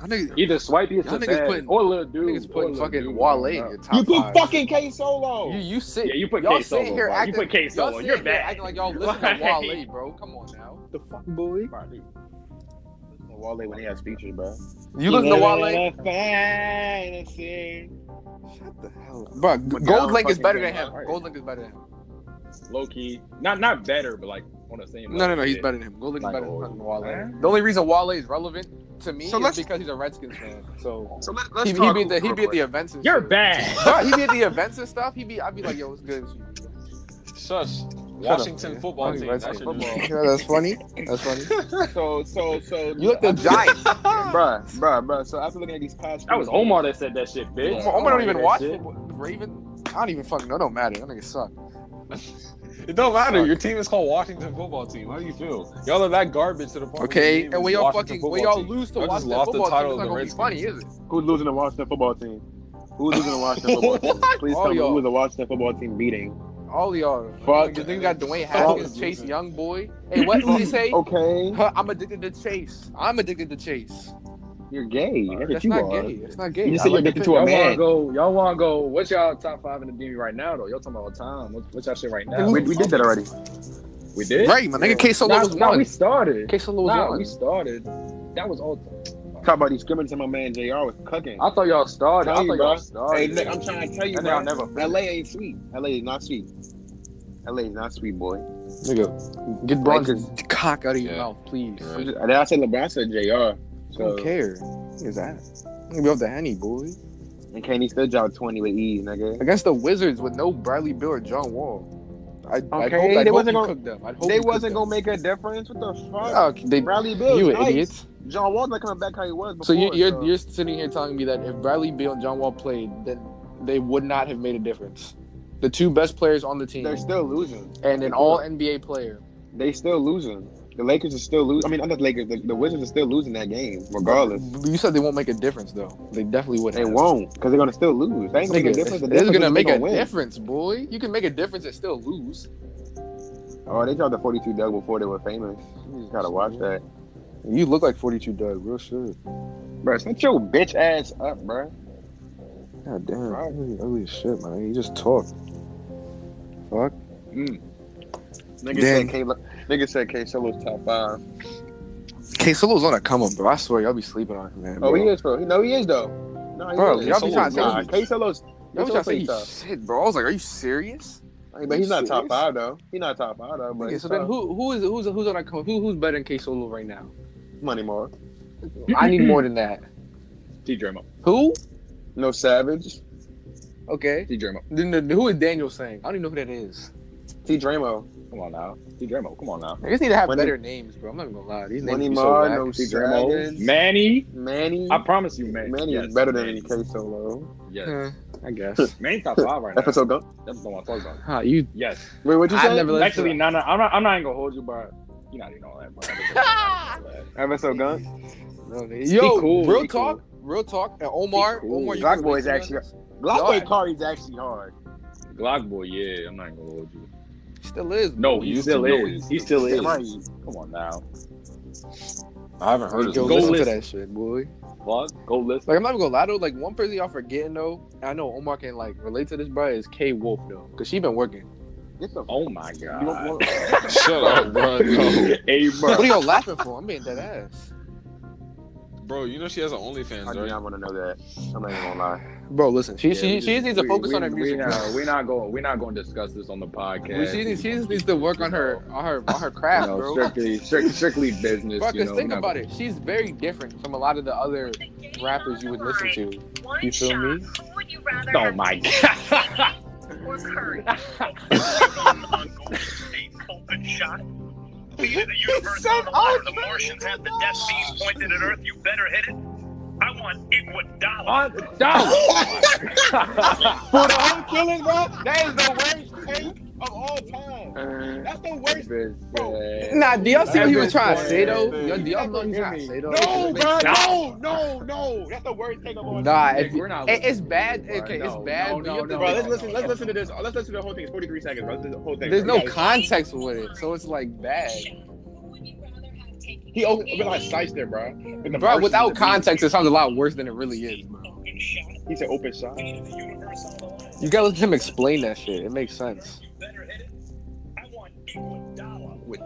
C: I think
E: Either Swipey or
C: Y'all niggas
E: Shabazz
C: putting-
E: or Lil Dude.
C: niggas putting
E: or Lil
C: fucking
E: Dude,
C: Wale
E: bro.
C: in your top
A: You put
C: five.
A: fucking K Solo.
C: You you sit.
E: Yeah, you put
C: y'all
E: K
C: sitting
E: Solo.
C: here
E: bro.
C: acting.
E: You put K
C: y'all
E: Solo.
C: sitting
E: You're
C: here
E: bad.
C: Acting like
A: [laughs]
C: y'all listen to Wale, bro. Come on now.
A: the fuck, boy?
E: All right,
A: Wale when he has features, bro.
C: You listen to Wale,
A: Fantasy.
C: bro. Gold Link is
A: fucking
C: better than
A: game,
C: him.
A: bro.
C: Gold Link is better than him.
A: low key. Not not better, but like on the same.
C: No,
A: level
C: no, no. He's
A: shit.
C: better than him. Go look
A: Like,
C: better than
A: oh,
C: fucking Wale.
A: man.
C: The only reason Wale is relevant to me
D: So
C: is
D: let's-
C: because he's a Redskins fan. So
D: So let, let's
C: he, he
D: talk
C: be at the he
D: real
C: be at the
D: quick.
C: events. And
G: You're
C: shit.
G: bad.
C: Bro, he be at the events and stuff. He be I'd be like, yo, what's good?
D: Shush. Washington
C: man.
D: football
C: Fucking
D: team.
C: Redskins
D: That's your
C: [laughs]
D: new-
C: Yeah, that's funny. That's [laughs] funny.
A: So so so.
C: You look the Giants.
A: bruh, bruh, bruh. So after looking at these past,
G: That was Omar that said that shit, bitch.
C: Omar, Omar don't even
G: That
C: watch
G: shit.
C: football. Raven. I don't even fucking. No, don't matter. That nigga suck.
D: It don't matter. Your team is called Washington football team. How do you feel? Y'all are that garbage to the point. where your
C: Okay,
D: team
C: and
D: is
C: when y'all
D: Washington
C: fucking
D: football
C: when y'all
D: team.
C: lose to
D: I just
C: Washington
D: lost the
C: football
D: title
C: team,
D: of
C: it's
D: the
C: not gonna be funny, is it?
A: Who's losing the Washington football team? Who's losing the Washington football
E: [laughs]
A: team? Please
E: Oh,
C: All
A: tell me
C: y'all.
A: who the Washington football team beating.
C: All y'all.
A: Fuck.
C: This nigga got Dwayne
D: Fuck.
C: Haskins, Chase Young, boy.
D: [laughs]
C: Hey, what did he say?
A: Okay,
C: Huh, I'm addicted to Chase. I'm addicted to Chase.
A: you're gay. That's what
C: That's
A: you
C: not
A: are.
C: gay. That's not gay.
A: You
C: I
A: just said you're
C: like
A: addicted
C: the
A: to a
C: fit.
E: Y'all wanna
A: man.
E: go? Y'all wanna go? What's y'all top five in the DB right now? Though y'all talking about time? What, what's y'all shit right now?
A: We, we did that already.
E: We did.
C: Right, my nigga. K Solo
E: Nah,
C: was
E: nah, we
C: one.
E: started.
C: K Solo
E: Nah,
C: was
E: we
C: one.
E: started. That was all.
A: Talk about these scrimmages and my man Jr. was cooking.
E: I thought y'all started.
A: Tell
E: I thought
A: you, bro.
E: y'all
A: Hey
E: started.
A: Nick, I'm trying to tell you,
E: That
A: bro.
E: nigga never
A: LA ain't sweet. LA is not sweet. LA is not sweet, boy.
C: Nigga, get Bron's cock out of your
D: Yeah.
C: mouth, please.
A: I'm just- and I said LeBron, I said Jr.
C: I
A: So
C: don't care. Is that? Nigga be off the henny, boy.
A: and Kenny still dropped 20 with ease, nigga.
C: Against the Wizards with no Bradley Bill or John Wall. I, okay, I hope,
A: Okay,
C: I
A: they
C: hope
A: wasn't
C: you
A: gonna-
C: cooked them. I hope
A: they
C: you cooked
A: wasn't
C: them.
A: gonna make a difference. What the fuck?
C: Oh, they,
A: Bradley Bill,
C: you an
A: nice.
C: idiot.
A: John Wall's not coming back how he was before.
C: So you, you're
A: so-
C: you're sitting here telling me that if Bradley Beal and John Wall played, then they would not have made a difference. The two best players on the team
A: they're still losing.
C: and an All NBA player.
A: They still losing. The Lakers are still losing. I mean, not the Lakers. The, the Wizards are still losing that game, regardless.
C: You said they won't make a difference though. They definitely would.
A: They
C: have.
A: won't, because they're gonna still lose. They ain't gonna make a
C: Nigga,
A: difference. The
C: this is
A: difference
C: gonna
A: they
C: make a
A: win.
C: difference, boy. You can make a difference and still lose.
A: Oh, they dropped the 42 dub before they were famous. You just gotta watch that.
C: You look like 42 Doug, real sure.
A: Bro, shut your bitch ass up, bro.
C: God damn,
A: Right.
C: you ugly as shit, man. You just talk. Fuck.
A: Nigga said
C: Dang.
A: K. Nigga said K. Solo's top five.
C: K Solo's on a come up, bro. I swear, y'all be sleeping on him, man.
A: Oh,
C: bro.
A: he is, bro. No, he is though. No, he
C: Bro,
A: is.
C: y'all be trying to
A: Nah,
C: say
A: K. Solo's.
C: Y'all be trying to say
A: K.
C: he's
A: Solo's
C: shit, bro. I was like, are you serious?
A: tough. But he's not top
C: serious?
A: five though. He's not top five though. But
C: Okay,
A: he's
C: so then
A: tough.
C: who who is who's who's on a come who who's better than K Solo right now?
A: money more?
C: I need more than that.
A: DJ Mo.
C: Who?
A: No Savage.
C: Okay.
A: T. Dramo.
C: Then the, who is Daniel saying? I don't even know who that is.
A: T. Dramo. Come on now. T. Dramo. Come on now.
C: They just need to have
A: Money-
C: better names, bro. I'm not gonna lie. These names
A: Money
C: be so
A: Mar,
C: whack.
A: no
C: These-
A: Savage.
G: Manny,
A: Manny.
G: I promise you, Manny.
A: Manny
G: Yes,
A: is better
G: Manny.
A: than K. Solo.
G: Yes.
C: Eh, I guess.
G: Manny top five right
A: [laughs]
G: now. That's
A: Episode go.
G: what I want to talk about.
C: Huh, you
G: Yes.
A: Wait, what you
C: I've
A: say?
C: never listened
G: Actually, no, no, I'm not. I'm not even gonna hold
A: [laughs]
G: you, bro. You not even all that, bro.
A: Episode gun.
C: No, they- Yo,
G: cool,
C: real
G: be
C: talk, real talk. And Omar,
A: cool.
C: Omar, you
A: Black
C: can
A: boy's
C: relate to
A: actually-
C: that?
A: Glock
C: Y'all-
A: Cardi's actually hard.
G: Glock boy, yeah, I'm not gonna hold you.
C: still is.
G: No,
D: He
G: he
D: used
G: still
D: to know
G: is.
D: it.
G: He still is.
A: Right.
G: Come on now.
D: I haven't heard
C: Go,
D: of him.
C: listen to
G: listen.
C: that shit, boy.
G: Fuck. Go listen.
C: Like I'm not even gonna lie though. Like one person y'all forgetting though, and I know Omar can like relate to this, bro. Is K Wolf though, cause she been working.
A: Get the
G: Oh my
A: You don't
G: god. [coughs]
A: want-
D: Shut up, bro. No.
G: hey,
C: What
G: bro.
C: are y'all laughing for? I'm being dead ass,
D: Bro, you know she has an
A: I
D: OnlyFans,
A: do
D: right?
A: not want to know that. I'm not even gonna lie.
C: bro. Listen, she she,
G: Yeah,
C: she just needs to
G: we-
C: focus
G: we-
C: on her music.
G: We,
C: bro.
G: uh, we're not going. We're not going to discuss this on the
C: Well,
G: podcast.
C: she, needs- she just needs to work on her on her on her
G: You
C: craft,
G: know,
C: bro. Bro,
G: strictly, strict, strictly business.
C: because
G: you know,
C: think
G: we're not
C: about it, she's very different from a lot of the other rappers you would listen to. You feel me?
G: gonna- Oh my god.
H: Shut up! The Martians have the death beam pointed at Earth. You better hit it. I want Iguodala.
G: On the
A: [laughs]
G: dollar.
A: For the whole killing, bro, that is the worst take of all time. That's the worst.
C: Nah, do y'all see what he was trying to
A: Everything.
C: say though? Yo, do y'all know what he was trying to say though?
A: No, bro, no, no, no. That's the worst take of all time.
C: Nah, if,
G: Nick, we're not
C: it- it's
G: listening
C: bad.
G: anymore.
C: Okay, it's
G: No,
C: bad.
G: no,
C: but you have
G: no,
C: to-
G: no,
A: Bro,
G: no.
A: let's listen. Let's listen to this. Let's listen to the whole thing. It's 43 seconds. Let's listen to the whole thing.
C: There's
A: bro.
C: no
A: You guys-
C: context with it, so it's like bad.
A: He opened up like sliced there, bro. With the
C: Bro,
A: Martians,
C: without
A: the
C: context, it sounds a lot worse than it really is, bro.
A: beat. he said open shot.
C: You gotta let him explain that shit. It makes sense.
G: With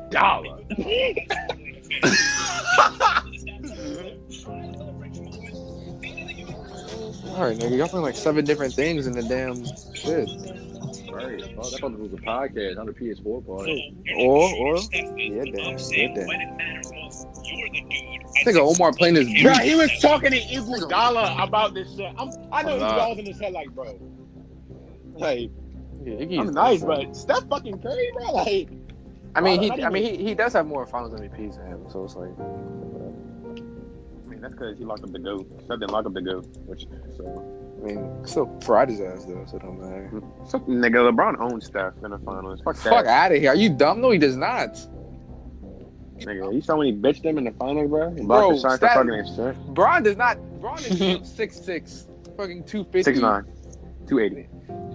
C: All
G: dollar.
C: right, nigga, y'all playing like seven different things in the damn shit.
A: Bro,
G: right. Oh, that probably was a podcast, not a PS4
H: So,
G: party.
C: Or-
H: you're
C: or-
H: the short step in,
F: yeah,
H: but
F: Dan,
H: I'm saying
F: yeah, Dan.
H: when it matters most, you're the dude. I
C: Nigga,
H: think
C: Omar playing this beat.
A: Bro, he was talking to Iguodala about this shit. I'm, I know Iguodala's in his head like, bro. Like, I'm nice, but Steph fucking Curry, bro. Like,
C: I mean, he, I mean, he, he does have more Finals MVPs than him, so it's like,
A: I mean, that's because he locked up the goat. Steph didn't lock up the goat, which so.
C: I mean, still fried his ass though, so it don't matter.
A: so nigga, LeBron owns Steph in the finals.
C: Fuck, fuck out of here. Are you dumb? No, he does not,
A: Nigga, you saw when he bitched him in the finals, bro. He
C: Bro,
A: blocked the shot.
C: Steph-
A: Steph fucking shit.
C: Braun does not. Braun is six six, fucking two fifty.
A: Six nine. Two eighty.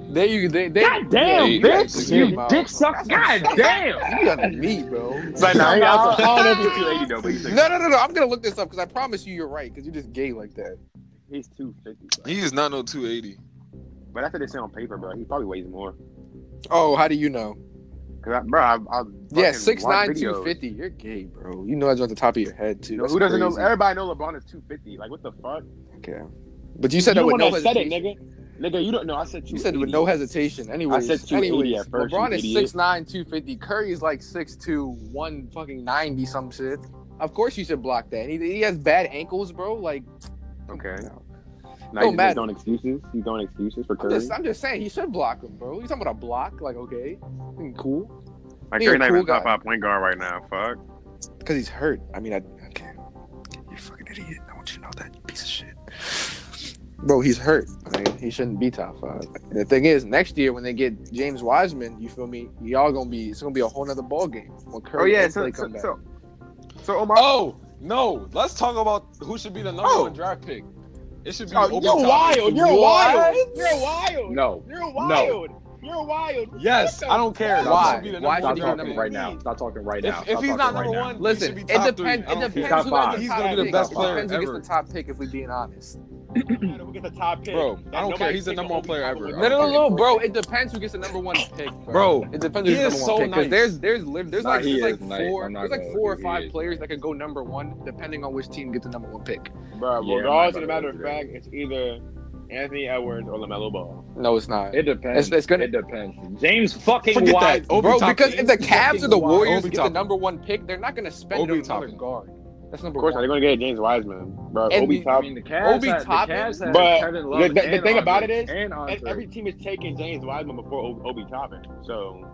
C: There you, they, they,
G: God damn,
D: Yeah,
G: bitch!
D: you
G: You,
D: gotta
C: take him
G: dick suck! God
A: [laughs]
G: damn!
C: you got me, bro.
A: But nah, he also, I don't know if he's two eighty though, but he's
C: No, [laughs]
A: like,
C: no, no, no. I'm gonna look this up because I promise you, you're right. Because you're just gay like that.
A: he's two fifty.
D: [laughs] He is not no 280.
A: But that's what they say on paper, bro. He probably weighs more.
C: Oh, how do you know?
A: Cause I, bro, I, I
C: Yeah,
A: fucking
C: six
A: watch
C: nine two
A: videos.
C: fifty. You're gay, bro. You know that's on the top of your head too.
A: You know,
C: That's
A: who doesn't know?
C: crazy.
A: Everybody know LeBron is two fifty. Like, what the fuck?
C: Okay. But you said that
A: you
C: with
A: the
C: no
A: one that said
C: hesitation.
A: it, nigga. Nigga, you don't know. I said two.
C: You said it with no hesitation. Anyways,
A: I said 280
C: anyways,
A: at first,
C: LeBron
A: you
C: is
A: idiot.
C: 6'9", 250. Curry is like 6'2", 1 fucking 90 some shit. Of course you should block that. He, he has bad ankles, bro. Like
A: Okay.
C: Don't
A: Now you
C: matter.
A: just throwing excuses. You throwing excuses for
C: I'm
A: Curry.
C: just, I'm just saying he should block him, bro. You talking about a block? Like okay, Mm, cool.
A: like
C: he a
A: Curry not
C: cool
A: even top
C: guy.
A: five point guard right now. Fuck.
C: Because he's hurt. I mean, I okay.
E: You fucking idiot. I want you to know that, you piece of shit.
C: Bro, he's hurt. I mean, he shouldn't be top five. The thing is, next year when they get James Wiseman, you feel me? Y'all gonna be it's gonna be a whole nother ball game when Curry
A: Oh,
C: and Clay come back.
A: so Omar.
D: Oh, no. Let's talk about who should be the number
A: Oh.
D: one draft pick. It should be
A: Oh,
D: Obi
A: you're
D: Toppin.
A: wild. You're
C: What?
A: wild. You're wild.
G: No,
A: You're wild. You're wild.
D: Yes, I don't care.
A: Why?
D: He should be the number
C: Why
D: one
G: stop
C: should be
D: draft
G: talking
D: pick.
G: right now. Stop talking right now.
D: If, if
G: Stop
D: he's not
G: talking
D: number
G: right now.
D: one,
C: Listen,
D: he should
C: it
D: be top
C: depends.
D: three. I
C: It
D: don't care.
C: depends
G: Top
C: who
G: five.
C: has the
D: He's
C: top
D: gonna be the
C: pick.
D: best
C: It
D: player
C: depends who
D: ever.
C: gets the top pick. If we being honest,
A: No matter Who gets the top pick?
D: Bro, I don't
A: Nobody
D: care. He's the
A: picking
D: number one
A: Obi
D: player
A: Toppin.
D: ever.
C: no, no, no, no, bro. It depends who gets the number one pick,
D: Bro,
C: It depends
D: he
C: who gets the number
D: is so
C: one pick. 'cause
D: nice.
C: There's, there's, lit- there's
G: Nah,
C: like,
G: he
C: there's like
G: is nice.
C: four,
G: I'm not
C: there's like
G: gonna
C: four or
G: argue, he
C: five
G: is
C: players that could go number one, depending on which team gets the number one pick.
A: Bro,
G: Yeah,
A: regardless
G: I'm
A: of
G: not
A: the matter
G: about to
A: of
G: do that.
A: fact, it's either Anthony Edwards or Lamelo Ball.
C: No, it's not.
G: It depends.
C: It's- it's gonna-
G: it depends. James fucking
D: Forget
G: Wise.
D: that. Obi
C: bro,
D: Toppin.
C: because if the Cavs or the
G: Obi
C: Warriors
D: Toppin.
C: get the number one pick, they're not gonna spend
D: Obi
C: it on another
D: Toppin.
C: guard. That's number
A: Of course,
C: one.
A: they're gonna get James Wiseman, bro.
C: And
A: Obi
C: we-
G: I
A: Toppin.
G: mean, the Cavs
C: Obi
G: had, the
C: Toppin.
G: Cavs had
A: But
G: Kevin Love
A: the- the- the
G: and
A: thing about
G: Andre-
A: it is,
G: and Andre.
A: And every team is taking James Wiseman before O- Obi Toppin. So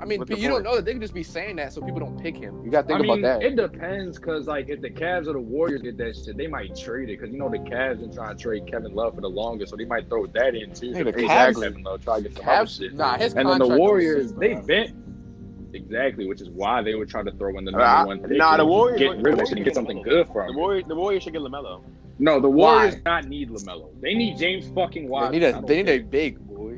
C: I mean,
A: What's
C: but
A: the
C: you don't
A: point?
C: know that they could just be saying that so people don't pick him. You gotta
G: I
C: think
G: mean,
C: about that.
G: it depends because like if the Cavs or the Warriors get that shit, they might trade it because you know the Cavs been trying to trade Kevin Love for the longest, so they might throw that in too.
C: Hey,
G: to
C: the
G: pay
C: Cavs-
G: back Kevin Love, try to get some other
C: Cavs,
G: shit.
C: nah, his
G: And then the
C: contract don't
G: Warriors,
C: suit,
G: they
C: bro.
G: bent exactly, which is why they were trying to throw in Ah, the number
A: Nah,
C: Uh,
G: one pick.
A: nah, the
G: and
A: Warriors-
G: get rid of that shit and get
A: the
G: something
A: Warriors-
G: good from.
A: the
G: it.
A: Warriors, the Warriors should get Lamelo.
G: No, the
C: Why?
G: Warriors not need Lamelo. They need James fucking
C: They
G: Wiseman.
C: need
G: I
C: a
G: don't
C: they need
G: care.
C: a big boy.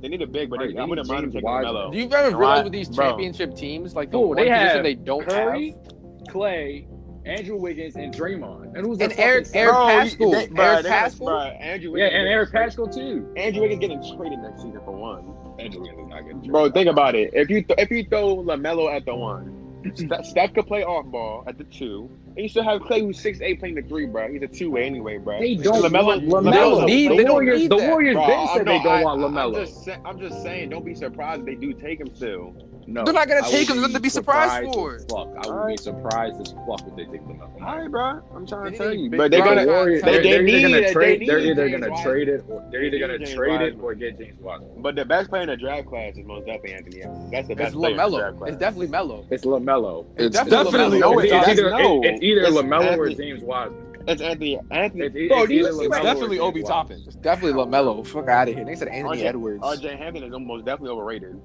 A: They need a big, but
G: Right,
A: they,
G: they
A: I
G: need
A: wouldn't mind them
G: James
A: taking
G: Wiseman.
A: Lamelo.
C: Do you ever realize
A: Right,
C: with these
A: bro.
C: championship teams, like the
G: Dude,
C: one
G: they
C: position
G: have
C: they don't
G: Curry,
C: have,
G: Clay, Andrew Wiggins, and Draymond, and who's
C: And
G: their
C: Eric-
G: fucking
C: Eric Bro,
G: center?
C: Pascal.
A: they- bro,
C: Eric
A: they gotta-
C: Pascal?
A: bro, Andrew
G: yeah,
A: Wiggins
G: and
A: getting
G: Eric
A: traded.
G: Pascal too.
A: Andrew Wiggins getting traded next season for one.
G: Andrew Wiggins is not getting traded.
A: Bro, think about it. If you th- if you throw Lamelo at the
G: [clears throat]
A: one, Steph, Steph could play off ball at the two, and you still have Clay who's six eight playing the three, bro. He's a two way anyway, bro.
G: They don't
A: LaMelo-
G: want
A: LaMelo- They
G: LaMelo.
A: don't
C: need-
G: the
C: they don't
G: Warriors,
C: need
G: the
C: that.
G: Warriors
A: Bro,
G: been
A: I'm
G: said they
A: not-
G: don't
A: I-
G: want
A: I'm
G: LaMelo.
A: just, sa- I'm just saying, don't be surprised if they do take him still.
G: no,
C: They're not gonna
G: I would
C: take him, nothing to be surprised
G: surprised as Fuck, I would be
A: Alright.
G: surprised as fuck if they take LaMelo.
A: All right, bro. I'm trying
C: They
A: to tell
C: need
A: you,
C: big
A: but they're
C: bro.
A: gonna.
G: Warriors,
A: they-
G: they're,
A: they
G: they're
A: need
G: either
A: it,
G: gonna
A: they
G: trade.
A: need
G: They're either
A: James
G: gonna
A: Wiseman.
G: trade it, or they're either
A: They need
G: gonna
A: James
G: trade it
A: Wiseman.
G: or get James Wiseman.
A: But the best player in the draft class is most definitely Anthony. Edwards. That's the
C: it's
A: best player in the draft
C: Lamelo.
A: class.
C: It's definitely Mello.
G: It's Lamelo.
D: It's
C: definitely
D: definitely
C: LaMelo.
G: No, it's,
A: That's
G: either
A: no.
G: it- it's either
A: It's
G: Lamelo or
A: Anthony.
G: James Wiseman.
A: It's Anthony. Anthony.
G: It's, it's
A: bro, do
G: either
A: you see
G: LaMelo
A: what?
G: or
D: Definitely
G: James
D: Obi
G: Wiseman.
D: Toppin.
C: It's definitely Lamelo. Fuck out of here. They said Anthony
A: RJ
C: Edwards.
A: R.J. Hampton is most definitely overrated.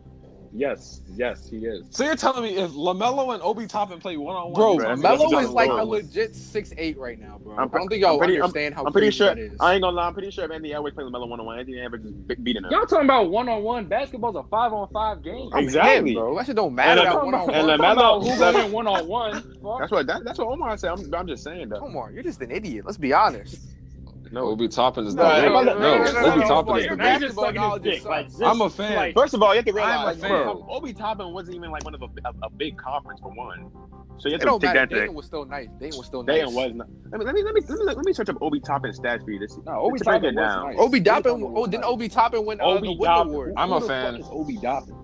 G: Yes, yes, he is.
D: So you're telling me if Lamelo and Obi Toppin play one on
C: Bro,
D: one,
A: Bro, that's
C: Melo
A: what
C: is
A: I'm
C: like a
A: talking about.
C: legit six eight right now, bro. I'm,
A: I'm
C: I
A: pre-
C: do not think y'all
A: I'm pretty- I'm-
C: understand how
A: I'm pretty
C: crazy
A: sure.
C: that is.
A: I ain't gonna lie. I'm pretty sure if Anthony Edwards played Lamelo one on one, Anthony Edwards is be- beating him.
G: Y'all talking about one on one basketball's a five on five game.
C: I'm
A: Exactly.
C: him, bro. That shit don't matter.
A: And
C: that
A: I'm-
C: one on
A: and
C: one.
A: I'm- LaMelo-
G: who
A: Lame-
G: went one on one?
A: That's what that, that's what Omar said. I'm, I'm just saying though.
C: Omar, you're just an idiot. Let's be honest.
A: No,
D: Obi Toppin is the
A: No,
D: big.
A: no, no,
D: No,
A: no, no,
D: Obi
A: no,
D: Toppin
A: no,
D: is
A: no,
D: the big.
A: no,
C: Basketball knowledge
A: dick, like,
C: sucks.
A: no.
D: I'm a fan.
A: First of all, you have to
D: I'm a
A: realize like,
D: fan.
A: Obi Toppin wasn't even like one of the, a, a big conference for one. So you have
C: It
A: to
C: don't
A: take
C: matter.
A: that to
C: Dayton was still nice. Dayton was still
A: Dayan
C: nice.
A: was not. Let me let me let me let me, let me search up Obi Toppin's stats for you. This
G: No, Obi
A: to break
G: Toppin
A: it
G: was
A: down.
G: nice.
C: Obi Toppin.
G: Toppin was
C: Oh, didn't
G: nice.
C: Obi Toppin win uh,
A: Obi
C: the Wooden
A: Toppin.
C: Award?
D: I'm a
G: Who the
D: fan.
G: fuck is Obi Doppin.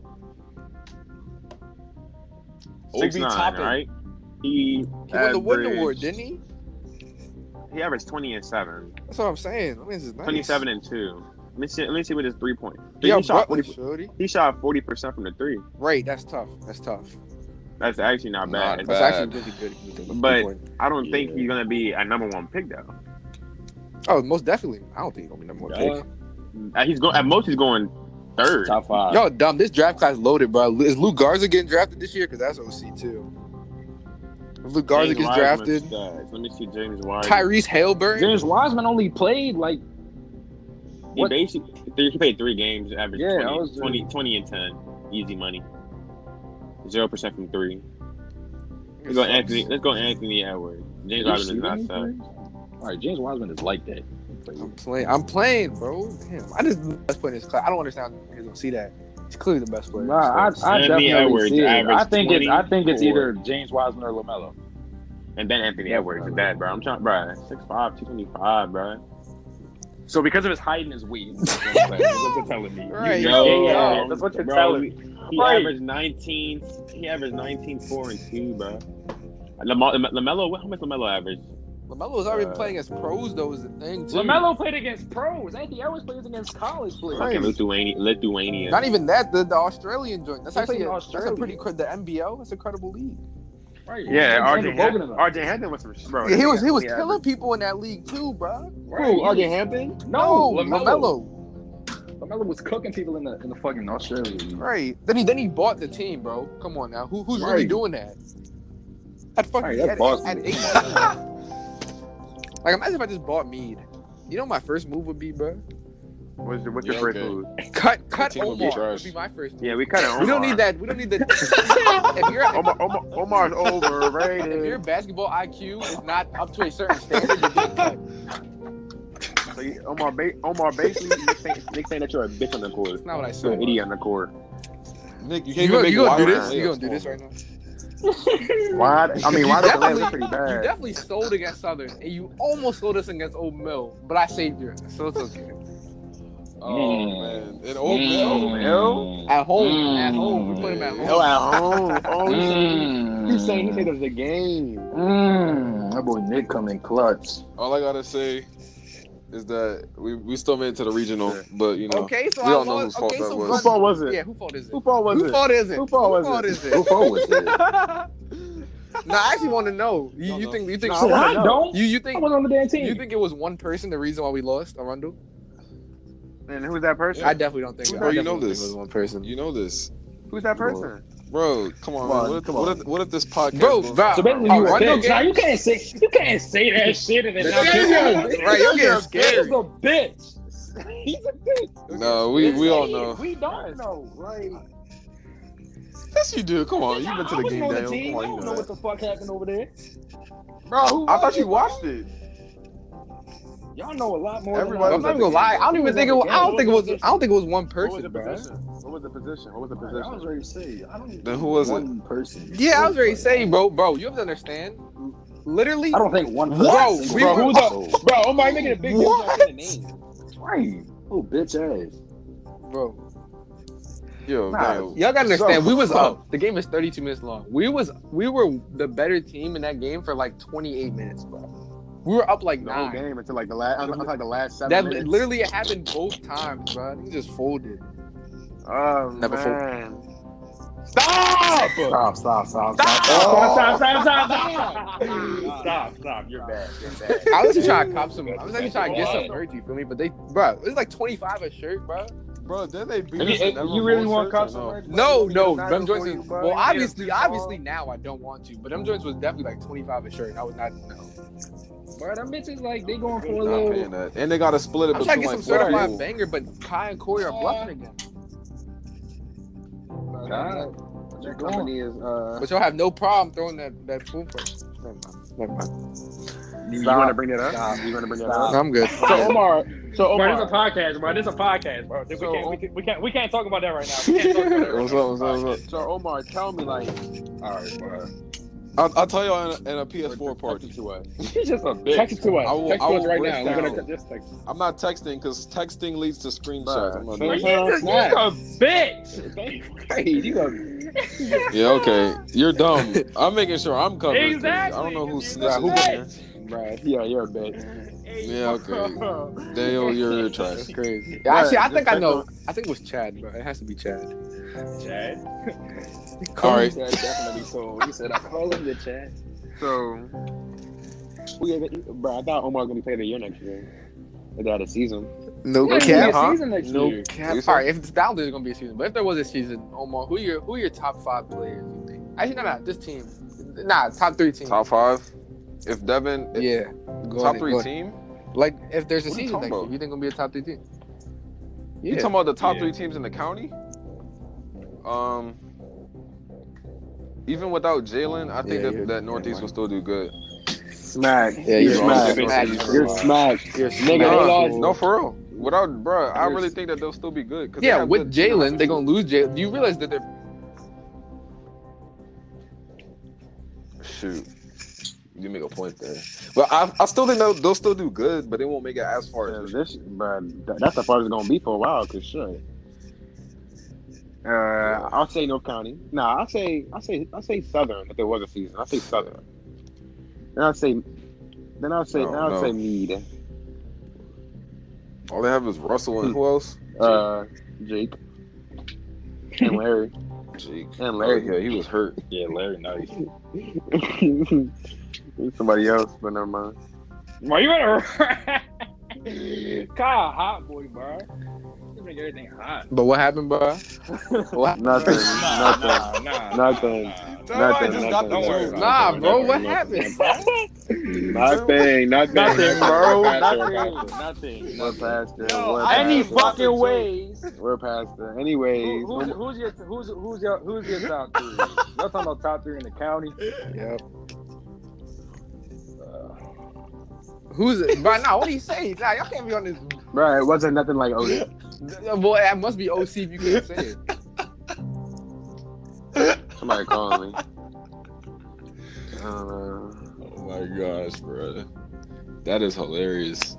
A: six
D: Obi
A: nine,
D: Toppin.
A: right? He
C: He won the Wooden
A: averaged-
C: Award, didn't he?
A: He averaged twenty and seven,
C: That's what I'm saying. I mean, this is nice.
A: twenty-seven 27 and two. Let me see. Let me see what his three point. So
C: Yeah,
A: he shot
C: Brooklyn,
A: 40
C: shorty.
A: He shot forty percent from the three.
C: Right, that's tough. That's tough.
A: That's actually not bad.
D: Not
C: That's
D: Bad.
C: actually really good. if you think
A: But-
C: about it.
A: I don't think
G: Yeah.
A: he's gonna be a number one pick though.
C: oh, most definitely. I don't think he's gonna be number one pick.
A: Uh, He's going at most. He's going third.
G: Top five.
C: Yo, dumb. This draft class loaded, bro. Is Luke Garza getting drafted this year? Because that's OC too. If Luke Garza
A: James
C: gets
A: Wiseman's
C: drafted,
A: stats. Let me see James Wiseman.
C: Tyrese Haleburn.
G: James Wiseman only played like
A: He
G: What?
A: basically three, he played three games, averaged
G: Yeah,
A: 20,
G: I was, uh,
A: 20 20 and ten, easy money. Zero percent from three. Let's go Anthony. Let's go Anthony Edwards. James
G: Are you
A: Robinson is not
G: shooting
A: suck.
G: anything? All right, James Wiseman is like that.
C: I'm playing. I'm playing, bro. Damn, I just let's put in this class. I don't understand. how You don't see that. He's clearly the best player. [laughs]
G: Nah, I, I
A: Anthony
G: definitely
A: Edwards
G: see it. I
A: averaged
G: think it's I think it's
A: 24.
G: either James Wiseman or Lamelo.
A: And then Anthony Edwards is that, bro. I'm trying, bro. 6'5", 225, bro.
G: So because of his height and his weight, that's what you're telling me.
C: Right.
G: You-
C: Yo,
G: yeah, yeah,
A: bro.
G: that's what you're
A: Bro,
G: telling me.
A: He
G: Right.
A: averaged nineteen. He averaged 19, 4 and two, bro. Lamar, Lamelo, how much Lamelo averaged?
C: Lamelo was already
A: Uh,
C: playing as pros though. Is the thing too.
G: Lamelo played against pros. Anthony Edwards plays against college players.
A: Fucking Lithuania, Lithuania.
C: Not even that. The, the Australian joint. That's
G: He
C: actually
G: played
C: a,
G: in
C: that's a
G: Australia.
C: pretty cre- the NBO. That's a credible league.
G: Right.
A: Yeah,
G: Alexander
A: RJ. Hampton-
G: Bogdanovich.
A: RJ Hampton was from.
G: Oh,
A: Bro,
C: Yeah, he was he was
A: averaged-
C: killing people in that league too, bro.
A: Who, RJ Hampton?
G: No, Lamelo.
C: Lamelo.
G: Lamelo was cooking people in the in the fucking Australia. league.
C: Right. Then he then he bought the team, bro. Come on now. Who who's really
G: Right.
C: doing that? At fucking
G: Right, that's
C: at-
G: boss
C: at
G: move. [laughs]
C: eight- Like imagine if I just bought Mead. You know what my first move would be, bro.
A: What's, your- what's your
D: Yeah,
A: first
D: okay.
A: move?
C: Cut cut
D: team
C: Omar.
D: would be
C: Would be,
D: trash.
C: my first. Move.
A: Yeah, we cut it.
C: We don't need that. We don't need
D: [laughs]
C: that. if you're
A: Omar, Omar, Omar's
C: [laughs] if your
A: overrated.
C: basketball IQ is not up to a certain standard, you're getting cut.
A: so you, Omar, ba- Omar basically Nick saying, Nick saying that you're a bitch on the court.
C: that's not what I
A: You're
C: said.
A: an idiot on the court.
D: Nick, you
C: You
D: can't even
C: gonna,
D: make
C: you gonna do
D: wide
C: this? You
D: layups.
C: gonna do this right now?
A: Why? I mean,
C: You
A: why the Lakers
C: definitely-
A: are pretty
C: You
A: bad?
C: definitely sold against Southern, and you almost sold us against Old Mill, but I saved you, so it's okay.
D: Oh man, and Old
G: Mm.
D: Mill.
C: At home, at home, we put him at home.
A: Oh, at home.
C: [laughs]
A: Oh, he's
C: Mm.
A: saying
D: Mm.
A: he's saying he said it was a game.
B: Mm, that boy Nick coming clutch.
D: All I gotta say is that we, we still made it to the regional, but you know,
C: okay, so
D: we
C: I
D: all know whose
C: lost.
D: fault
C: Okay,
D: that
C: so
D: was.
C: run-
A: Who fault was it?
C: Yeah, who fault is it?
A: Who fault was
C: Who
A: it?
C: fault is it?
A: Who fault was it?
C: is
B: Who [laughs]
C: it?
B: forward is it?
C: No, I actually want to know. You,
D: Don't
C: you
D: know.
C: think you think
A: No, I wanna know.
G: don't.
C: you you
G: I
C: think
G: was on the damn team.
C: you think it was one person the reason why we lost Arundel?
A: And who's that person?
C: I definitely don't think.
D: Bro,
C: I definitely
D: you know
C: don't think
D: this.
C: It was one person,
D: You know this,
A: Who's that person?
D: bro. Come
B: Come on,
D: on, man. What if,
B: come
D: what
B: on.
D: if, what if this podcast?
C: bro.
D: blows
C: bro
D: up?
G: so basically, you
C: Arundel
G: were bitch.
C: game-
G: Now you can't say you can't say that shit and then not
D: This
G: get
D: is-
G: it.
C: Right, you're getting
G: He's a
C: scared.
G: bitch. He's a bitch.
D: No, we we all
G: Hey,
D: know.
G: We don't know. Like,
D: Yes, you do. Come on, you've been to
G: I
D: the
G: was
D: game,
G: on
D: Daniel.
G: team.
D: Come
G: I
D: on,
G: don't
D: you
G: know
D: know
G: what
D: that.
G: the fuck happened over there.
A: Bro, who
D: I thought you watched it.
G: Y'all know a lot more.
D: Everybody
C: I'm
G: than
D: was
C: not even gonna lie. I don't even think it. Was, I don't think it was. I don't think it was one
A: What was the
C: person, bro.
A: position? What was the position? What was the
B: Right, I was
A: position?
B: ready to say. I don't
D: Then who was it?
B: one person.
C: Yeah, I was already saying, bro, bro. You have to understand. Literally,
G: I don't think one.
C: Whoa,
B: What?
C: we were-
B: the
A: Bro, Omar making a big deal about the name.
B: right? Oh, bitch ass.
C: bro.
D: Yo,
B: Nah,
D: Daniel.
C: Y'all gotta understand, we was up. The game is 32 minutes long. We was we were the better team in that game for like 28 minutes, bro. We were up like
A: The whole
C: nine.
A: game until like the last, until like the last seven
C: That
A: minutes.
C: literally it happened both times, bro. He just folded.
A: Oh
C: Never full-
A: man.
B: Stop! Stop!
C: Stop!
A: Oh,
B: Stop! Stop!
A: Stop, stop, stop, stop, stop. Stop, stop. You're bad. You're bad.
C: I was just trying [laughs] to cop some. I was actually trying to get some energy, feel me? But they, bro, it's like 25 a shirt, bro.
D: bro, then they beat
G: You-
D: us. in
G: you really
D: Nevermore
G: want
D: shirts or
G: cops
D: no?
C: No,
G: somewhere?
C: no,
A: not
C: them
A: good
C: joints
A: for you,
C: is
A: bro.
C: well,
A: You made a
C: obviously,
A: few
C: obviously now I don't want to, but them joints was definitely like 25 a shirt. and I was not. No.
G: Bro, them bitches like they going for a
D: Not paying
G: little.
D: that. And they gotta split it
C: I'm trying to
D: between
C: get some
D: like four
C: certified
D: people.
C: banger, but Kai and Corey are bluffing again.
G: God,
A: Your company is uh
C: But y'all have no problem throwing that that pool part. Never mind. Never mind.
A: you, wanna bring that up? You wanna bring that up?
C: I'm good.
A: So Omar so
G: Bro, this
A: Omar
G: is a podcast, bro. This is a podcast, bro. We,
A: So-
G: can't, we, can't, we can't we can't talk about that right now. We can't talk about that right
D: What's
G: now.
D: up? What's up? What's up?
A: so Omar, tell me like
B: All right, bro.
D: I'll, I'll tell y'all in a, in a PS4 party.
G: He's just a bitch.
F: Text it to us.
D: I will-
F: Text
D: I
F: to
D: will
F: us right
D: break
F: now. We're
D: down-
F: gonna t- just text.
D: I'm not texting because texting leads to
F: [laughs]
D: screenshots. I'm not doing
G: He's
D: that.
G: a, he's
A: [laughs]
G: a bitch.
F: Hey, you gonna
D: yeah, okay. You're dumb. I'm making sure I'm covered. 'cause
G: Exactly,
D: I don't know who
G: 'cause you're
D: snitches.
G: the
D: in here.
F: Bruh, yeah, you're a bitch.
D: Yeah, okay. Daniel, you're trash.
C: That's [laughs] crazy. Yeah, actually, I think I know. I think it was Chad, bro. It has to be Chad.
G: Chad.
D: All right.
F: That definitely so. He said, I call him the chat.
A: So
F: We, bro, I thought Omar was gonna be played the year next year. They got a season.
C: No
F: Yeah, he
C: cap.
F: gonna be a season next
C: No
F: year.
C: cap.
D: You said-
C: All right, if now there's gonna be a season, but if there was a season, Omar, who your who your top five players? You think? Actually, no, no, this team, nah, top three team.
D: Top five. If Devin, if
C: yeah, Go
D: top
C: ahead,
D: three
C: go ahead.
D: team.
C: Like if there's a
D: What are you
C: season
D: talking
C: next year,
D: about?
C: you think gonna be a top three team?
D: You
C: Yeah,
D: talking about the top
G: Yeah.
D: three teams in the county? Um, even without Jalen, I think
C: Yeah,
D: that,
C: you're-
D: that Northeast will still do good.
F: Smack.
C: yeah,
F: you're
C: you're
F: smack.
C: smack.
F: You're smack.
C: You're
F: Nigga, they
D: Nah,
F: lost.
D: no, for real. Without, bro, I
F: You're-
D: really think that they'll still be good. 'cause they
C: Yeah,
D: have
C: with
D: good-
C: Jalen, they're gonna lose Jalen. Do you realize that they're
D: Shoot, you make a point there. But I, I still think they'll, they'll still do good, but they won't make it as far
A: yeah,
D: as.
A: this, bro, that's the part it's gonna be for a while. Cause sure. Uh, I'll say North County. Nah, I'll say I say I say Southern if there was a season. I'll say Southern. Then I'll say then I'll say
D: No,
A: then I'll
D: no.
A: say Mead.
D: All they have is Russell and who else?
A: Uh Jake. And Larry.
D: Jake.
A: And
D: Oh,
A: Larry.
D: yeah, he was hurt.
G: Yeah, Larry
A: [laughs]
G: nice.
A: Somebody else, but never mind.
G: Why you better [laughs] Kyle hot boy, bro. You make everything hot.
C: But what happened, bro?
A: Nothing.
G: Nah,
A: nothing.
G: nah, nah,
A: Nothing.
G: nah, nah.
A: Nothing.
D: just
A: nothing.
D: got the
A: Don't worry
D: joke.
A: about
C: Nah,
A: it.
C: bro,
A: Don't worry
C: what
A: about it.
C: happened?
D: [laughs]
A: Nothing. Nothing.
D: Nothing,
C: [laughs]
D: bro.
A: Nothing. Nothing. We're past it. We're past
F: Any
A: it.
F: fucking ways.
A: We're past it. Anyways,
G: Who- who's, who's your who's who's your who's your top three? Y'all talking about top three in the county?
C: [sighs] Who's it? Bro, nah, what do you say? Nah, y'all can't be on this.
A: bro, it wasn't nothing like OD.
C: Boy, that must be OC if you can't say it.
D: [laughs]
A: Somebody call me. I don't know.
D: Oh my gosh, bro. That is hilarious.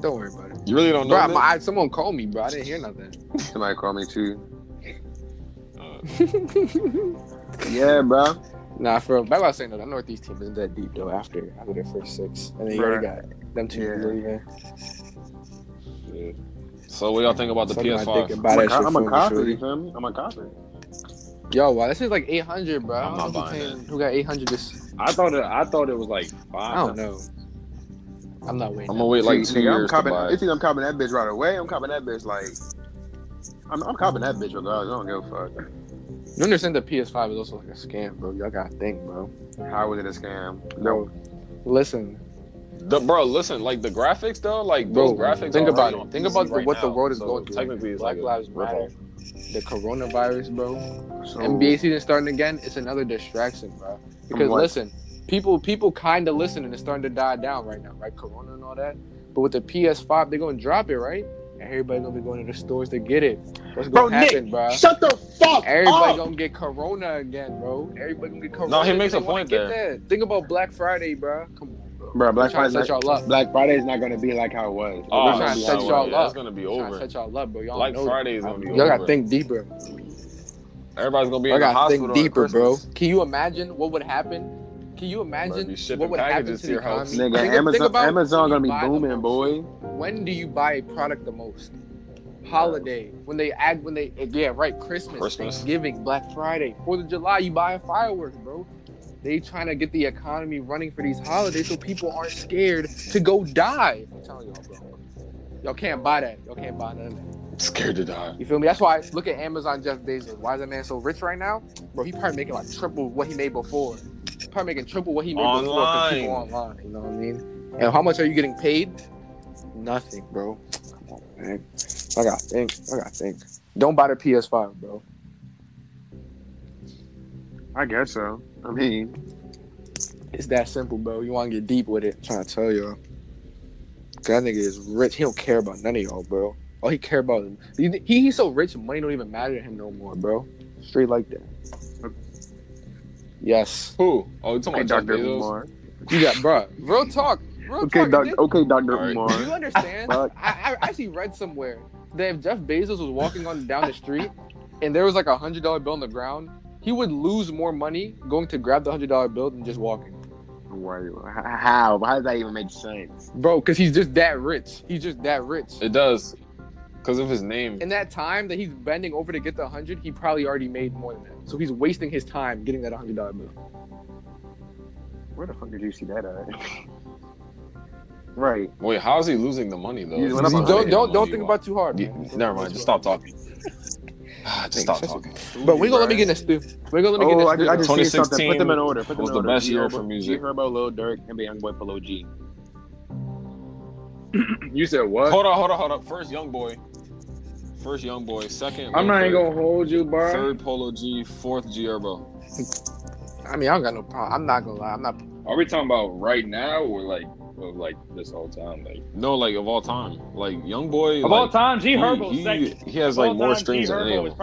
C: Don't worry about it.
D: You really don't know.
C: Bro,
D: this?
C: my, I- someone called me, bro. I didn't hear nothing.
D: [laughs]
A: Somebody call me too. Yeah, bro.
C: Nah, for real. That's what I was saying, though. That Northeast team isn't that deep, though, after after their first six. And then you already got them two.
A: Yeah.
C: Yeah.
D: so what y'all think about the PS5?
A: I'm a,
C: About that
A: co-
C: shit
A: I'm a
C: for me,
A: copper.
C: shorty.
A: You feel me? I'm a copper.
C: Yo, wow, this is like 800, bro. I
D: I'm
C: don't
D: not
C: know who
D: buying
C: came- Who got 800 this?
G: I thought it I thought it was like five.
C: I don't know. I'm not waiting.
D: I'm gonna wait like two
A: Nigga, I'm
D: years to
A: copping.
D: buy.
A: It's either I'm copping that bitch right away. I'm copping that bitch like. I'm, I'm copping that bitch regardless. I don't give a fuck.
C: You understand that PS5 is also like a scam, bro. Y'all gotta think, bro.
A: How was it a scam?
C: Bro, listen,
D: The, bro, listen, like the graphics though, like
C: bro.
D: those graphics.
C: think
D: are
C: about
D: already on
C: it. Think
D: PC
C: about
D: right
C: what the
D: now.
C: world is
D: So
C: going through.
D: Technically, it's
C: Black
D: like a
C: Lives Matter,
D: ripoff.
C: the coronavirus, bro.
A: So,
C: NBA season starting again. It's another distraction, bro. Because
A: what?
C: listen, people people kind of listening it's starting to die down right now, right? Corona and all that. But with the PS5, they're gonna drop it, right? And everybody gonna be going to the stores to get it. What's
F: Bro,
C: gonna happen, bro?
F: Shut the fuck
C: Everybody
F: up.
C: gonna get Corona again, bro. Everybody gonna get Corona.
D: No, he makes
C: They
D: a
C: wanna
D: point
C: get
D: there.
C: that. Think about Black Friday, bro. Come on, bro.
A: bro, Black
C: trying to
A: Friday's
C: set
A: not,
C: y'all up.
A: Black Friday's not gonna be like how it was. It's not
C: trying
A: gonna
C: to
A: be
C: set
A: how it
C: y'all
A: was.
C: up.
D: Oh, It's gonna be
C: Trying to
D: over.
C: set y'all up, bro. Y'all
D: Black
C: know
D: Friday is
C: that.
D: gonna be
C: Y'all gotta
D: over.
C: think deeper.
D: Everybody's gonna be
C: I
D: in the
C: gotta
D: hospital.
C: think
D: at
C: deeper, bro.
D: Christmas.
C: Can you imagine what would happen? Can you imagine
D: be shipping
C: what would happen
D: packages
C: to
D: to
C: the
D: your house.
C: economy?
A: Nigga,
C: Think- think
A: Amazon,
C: about
A: Amazon
C: when
A: gonna
C: you
A: be
C: buy the
A: booming,
C: most.
A: boy.
C: When do you buy a product the most? Holiday. When they add, when they eh, yeah, right. Christmas,
D: Christmas.
C: Thanksgiving, Black Friday, Fourth of July. You buying fireworks, bro. They trying to get the economy running for these holidays so people aren't scared to go die. I'm telling y'all, bro. Y'all can't buy that. Y'all can't buy none of that.
D: [laughs] Scared to die.
C: You feel me? That's why look at Amazon Jeff Bezos. Why is that man so rich right now? Bro, he probably making like triple what he made before. Probably making triple what he made before because people
D: Online.
C: online. You know what I mean? And how much are you getting paid? Nothing, bro. Come on, man. I gotta think. I gotta think. Don't buy the PS5, bro.
A: I guess so. I mean,
C: It's that simple, bro. You wanna get deep with it. I'm trying to tell y'all. 'Cause That nigga is rich. He don't care about none of y'all, bro. All he care about is he, he- he's so rich money don't even matter to him no more, bro. Straight like that. Yes.
D: Who? Oh, you talking
A: Okay,
D: about Jeff
A: Dr.
D: Bezos?
A: Umar.
C: You got, bro. Real talk. Real
A: Okay,
C: talk.
A: doc,
C: Did-
A: okay, Dr.
D: Alright.
A: Umar.
D: Fuck.
C: Do you understand? I,
A: Fuck.
C: I actually read somewhere that if Jeff Bezos was walking on down the street and there was like a hundred dollar bill on the ground, he would lose more money going to grab the hundred dollar bill than just walking,
A: Why- How? How does that even make sense?
C: bro. Because he's just that rich. He's just that rich.
D: It does, because of his name.
C: In that time that he's bending over to get the hundred, he probably already made more than that. So he's wasting his time getting that hundred dollar bill.
A: Where the fuck did you see that at? right.
D: Wait, how is he losing the money though?
A: He's
D: If
A: went up on
D: he's not
C: Don't
D: making
C: don't
D: the
C: don't
D: money,
C: think
D: why-
C: about it too hard.
D: Yeah,
C: man.
D: Never mind. Just stop talking. [sighs] Ah, just stop talking.
A: [laughs]
C: But we gonna let me get this too. We gonna let me
A: Oh, I,
C: get this.
A: I just seen
D: 2016
A: something. Put them in order. Put them
D: was
A: in
D: the
A: order.
D: best year
A: Herbo-
D: for music.
A: G Herbo, Lil Durk, NBA Youngboy, Polo G.
G: You said what?
D: Hold on, hold on, hold on. First, young boy. First, young boy. Second,
G: I'm not
D: Lil
G: even
D: Durk.
G: gonna hold you, bro.
D: Third, Polo G. Fourth, G Herbo.
C: I mean, I don't got no problem. I'm not gonna lie. I'm not.
G: Are we talking about right now or like or like this whole time? Like
D: No, like of all time, like young boy.
H: Of
D: like,
H: all time, G
D: he-
H: Herbo's
D: he,
H: second.
D: he has
H: Of all
D: like more
H: time,
D: streams
H: G
D: than any
H: Herbo
D: of
H: is
D: them.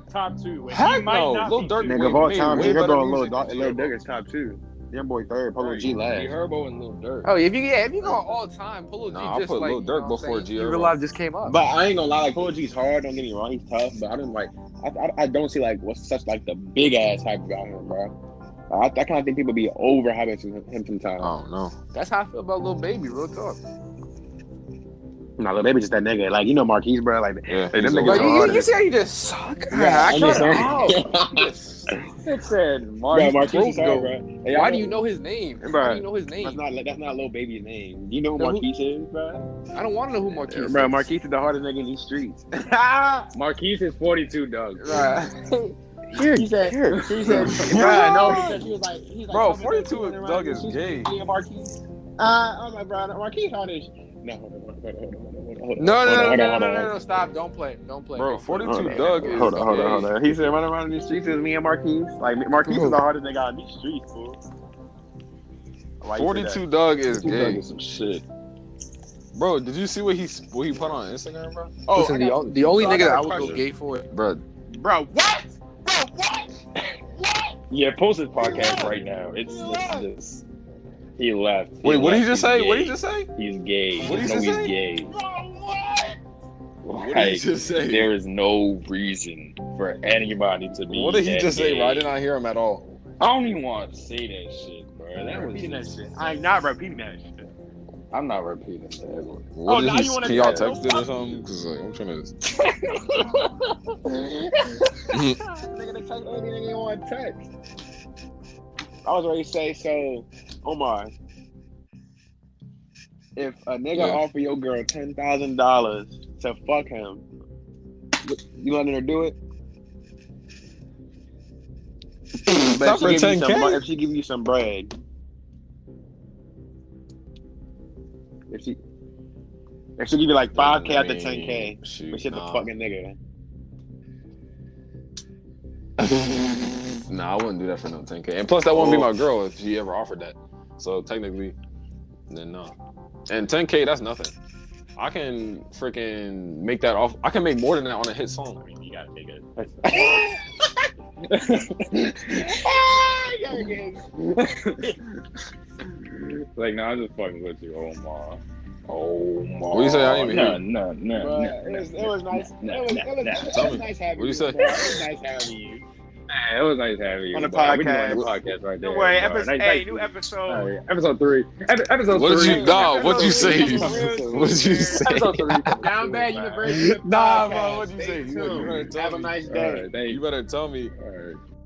H: probably top two. and
D: Heck
H: he might
D: no,
H: not
D: Lil
H: be
D: Durk
H: two.
D: made
A: Nigga, of all
D: way
A: time, G
D: better
A: Herbo,
D: music
A: Lil
D: than
A: Durk,
D: G
A: Lil
D: Herbo.
A: Durk is top two. Young boy third, Polo
G: right,
A: G last.
G: G Herbo and Lil Durk.
C: Oh, if you yeah, if you go all time, Polo G
D: Nah, I
C: just
D: put
C: like
D: Lil
C: you
D: Durk
C: know what I'm
D: before
C: saying?
D: G
C: You
D: Herbo.
C: realize just came up.
A: But I ain't gonna lie, like Polo G's hard. Don't get me wrong, he's tough. But I didn't like, I, I, I don't see like what's such like the big ass hype about him, bro. I, I kind of think people be over hyping him sometimes.
D: I don't know.
C: That's how I feel about Lil Baby. Real talk.
A: No, nah, maybe just that nigga. Like you know, Marquise, bro. Like
D: Yeah,
A: Hey, them
D: he's
A: niggas
D: old.
C: Like, you, you,
A: hard.
C: you see how you just suck?
A: Yeah,
C: I
A: I'm
C: tried
A: just
C: to
D: [laughs]
A: saying.
C: out.
A: [laughs]
G: It said
A: bro,
G: Mark.
A: Marquise
C: Broke,
A: is hard, bro. Hey,
C: Why
A: I
C: do you
A: don't-
C: know his name? Why do
A: Bruh.
C: you know his
A: That's
C: name?
A: not that's not Lil Baby's name. You know who
C: No, who-
A: Marquise is, bro?
C: I don't want to know who Marquise.
A: Bro,
C: is.
A: Marquise is the hardest nigga in these [laughs] streets.
C: [laughs]
G: Marquise is 42, Doug.
C: Bruh.
A: He said, he [laughs] said, bro, I know. He said, he was like, he's like,
D: Bro,
A: I'll be
D: 42
A: around
D: Doug
A: you.
D: is
A: She's
D: gay.
A: being Marquise. Uh, oh my bro, Marquise hard as. No, hold on, hold on, hold on, hold on, hold on.
C: No,
A: hold
C: no, no, no,
A: on,
C: no,
A: hold on,
C: no, no,
A: hold
C: no,
A: on.
C: no, Stop. Don't play. Don't play.
D: Bro,
C: Don't play.
D: 42
A: on.
D: Doug is.
A: Oh, Hold on, hold on, hold
D: gay.
A: on. He said, running around in these streets is me and Marquise. Like, Marquise is the hardest nigga out in these streets, fool. Why you say that?
D: 42 Doug is
B: Doug
D: gay.
B: is some shit.
D: Bro, did you see what he what he put on Instagram, bro?
A: Oh,
C: Listen,
A: I
C: the,
A: got-
C: o- the only
A: so I
C: nigga that
A: got
C: I
A: a
C: would go
A: question.
C: gay for.
D: Bro,
A: Bro, what? Bro, what?
G: Yeah, post his podcast right now. It's, it's just he left.
D: wait, what did he just
G: left. He's
D: say? What did
G: gay.
D: he just say?
G: He's gay.
D: What
G: Just
D: did
G: know
D: he
G: he's
D: say?
G: gay.
D: What did he
G: Like,
D: just say?
G: there is no reason for anybody to be.
D: What did he
G: that
D: just say?
G: gay.
D: Bro, I did not hear him at all.
G: I don't even want to say that shit, bro. That was
A: Repeating that shit. I'm not repeating that shit.
G: I'm not repeating that.
D: What
A: Oh,
D: did
A: now
D: he,
A: you wanna
D: can y'all
A: tell-
D: text it or something? Cause like, I'm trying to.
A: nigga, they text only nigga you want to text. I was ready to say, so, Omar, if a nigga
D: Yeah.
A: offer your girl ten thousand dollars to fuck him, you letting her do it?
D: Not
A: if, she give
D: for
A: you
D: 10K.
A: some, bu- if she give you some bread, if she if she give you like five k out of ten k,
D: Shoot,
A: but she the
D: nah.
A: fucking nigga.
D: [laughs] nah, I wouldn't do that for no 10k. And plus, that wouldn't be my girl if she ever offered that. So technically, then no. And 10k, that's nothing. I can freaking make that off. I can make more than that on a hit song.
H: You gotta take it.
G: [laughs] Like, no, I'm just fucking with you, oh Omar. Omar.
D: What you say? I didn't even hear
G: No, no,
A: Bruh,
G: no.
A: it was it was nice. It
G: nah,
A: was it was-
G: nah,
A: it
D: tell
A: was
D: me.
A: nice having
D: What'd you say?
A: bro. It was nice having you.
G: Hey, it was nice having you.
A: On the
G: bro. We doing
A: podcast.
G: the podcast right there.
H: Don't worry.
G: bro.
H: Episode,
G: Nice-
H: hey,
G: nice-
H: new
G: all
H: episode.
G: right, episode three. Ep- episode
D: What did
G: three.
D: you? Nah, what you say? [laughs]
H: Episode
D: What did you say?
G: Episode three.
A: Down bad university.
D: Nah, bro,
A: Podcast.
D: what you
A: Stay
D: say? You, you better
A: tuned. Have
D: tell
A: a
D: me.
A: nice
G: All
A: day.
G: right, thank
D: You
G: you.
D: better tell me.
G: All right.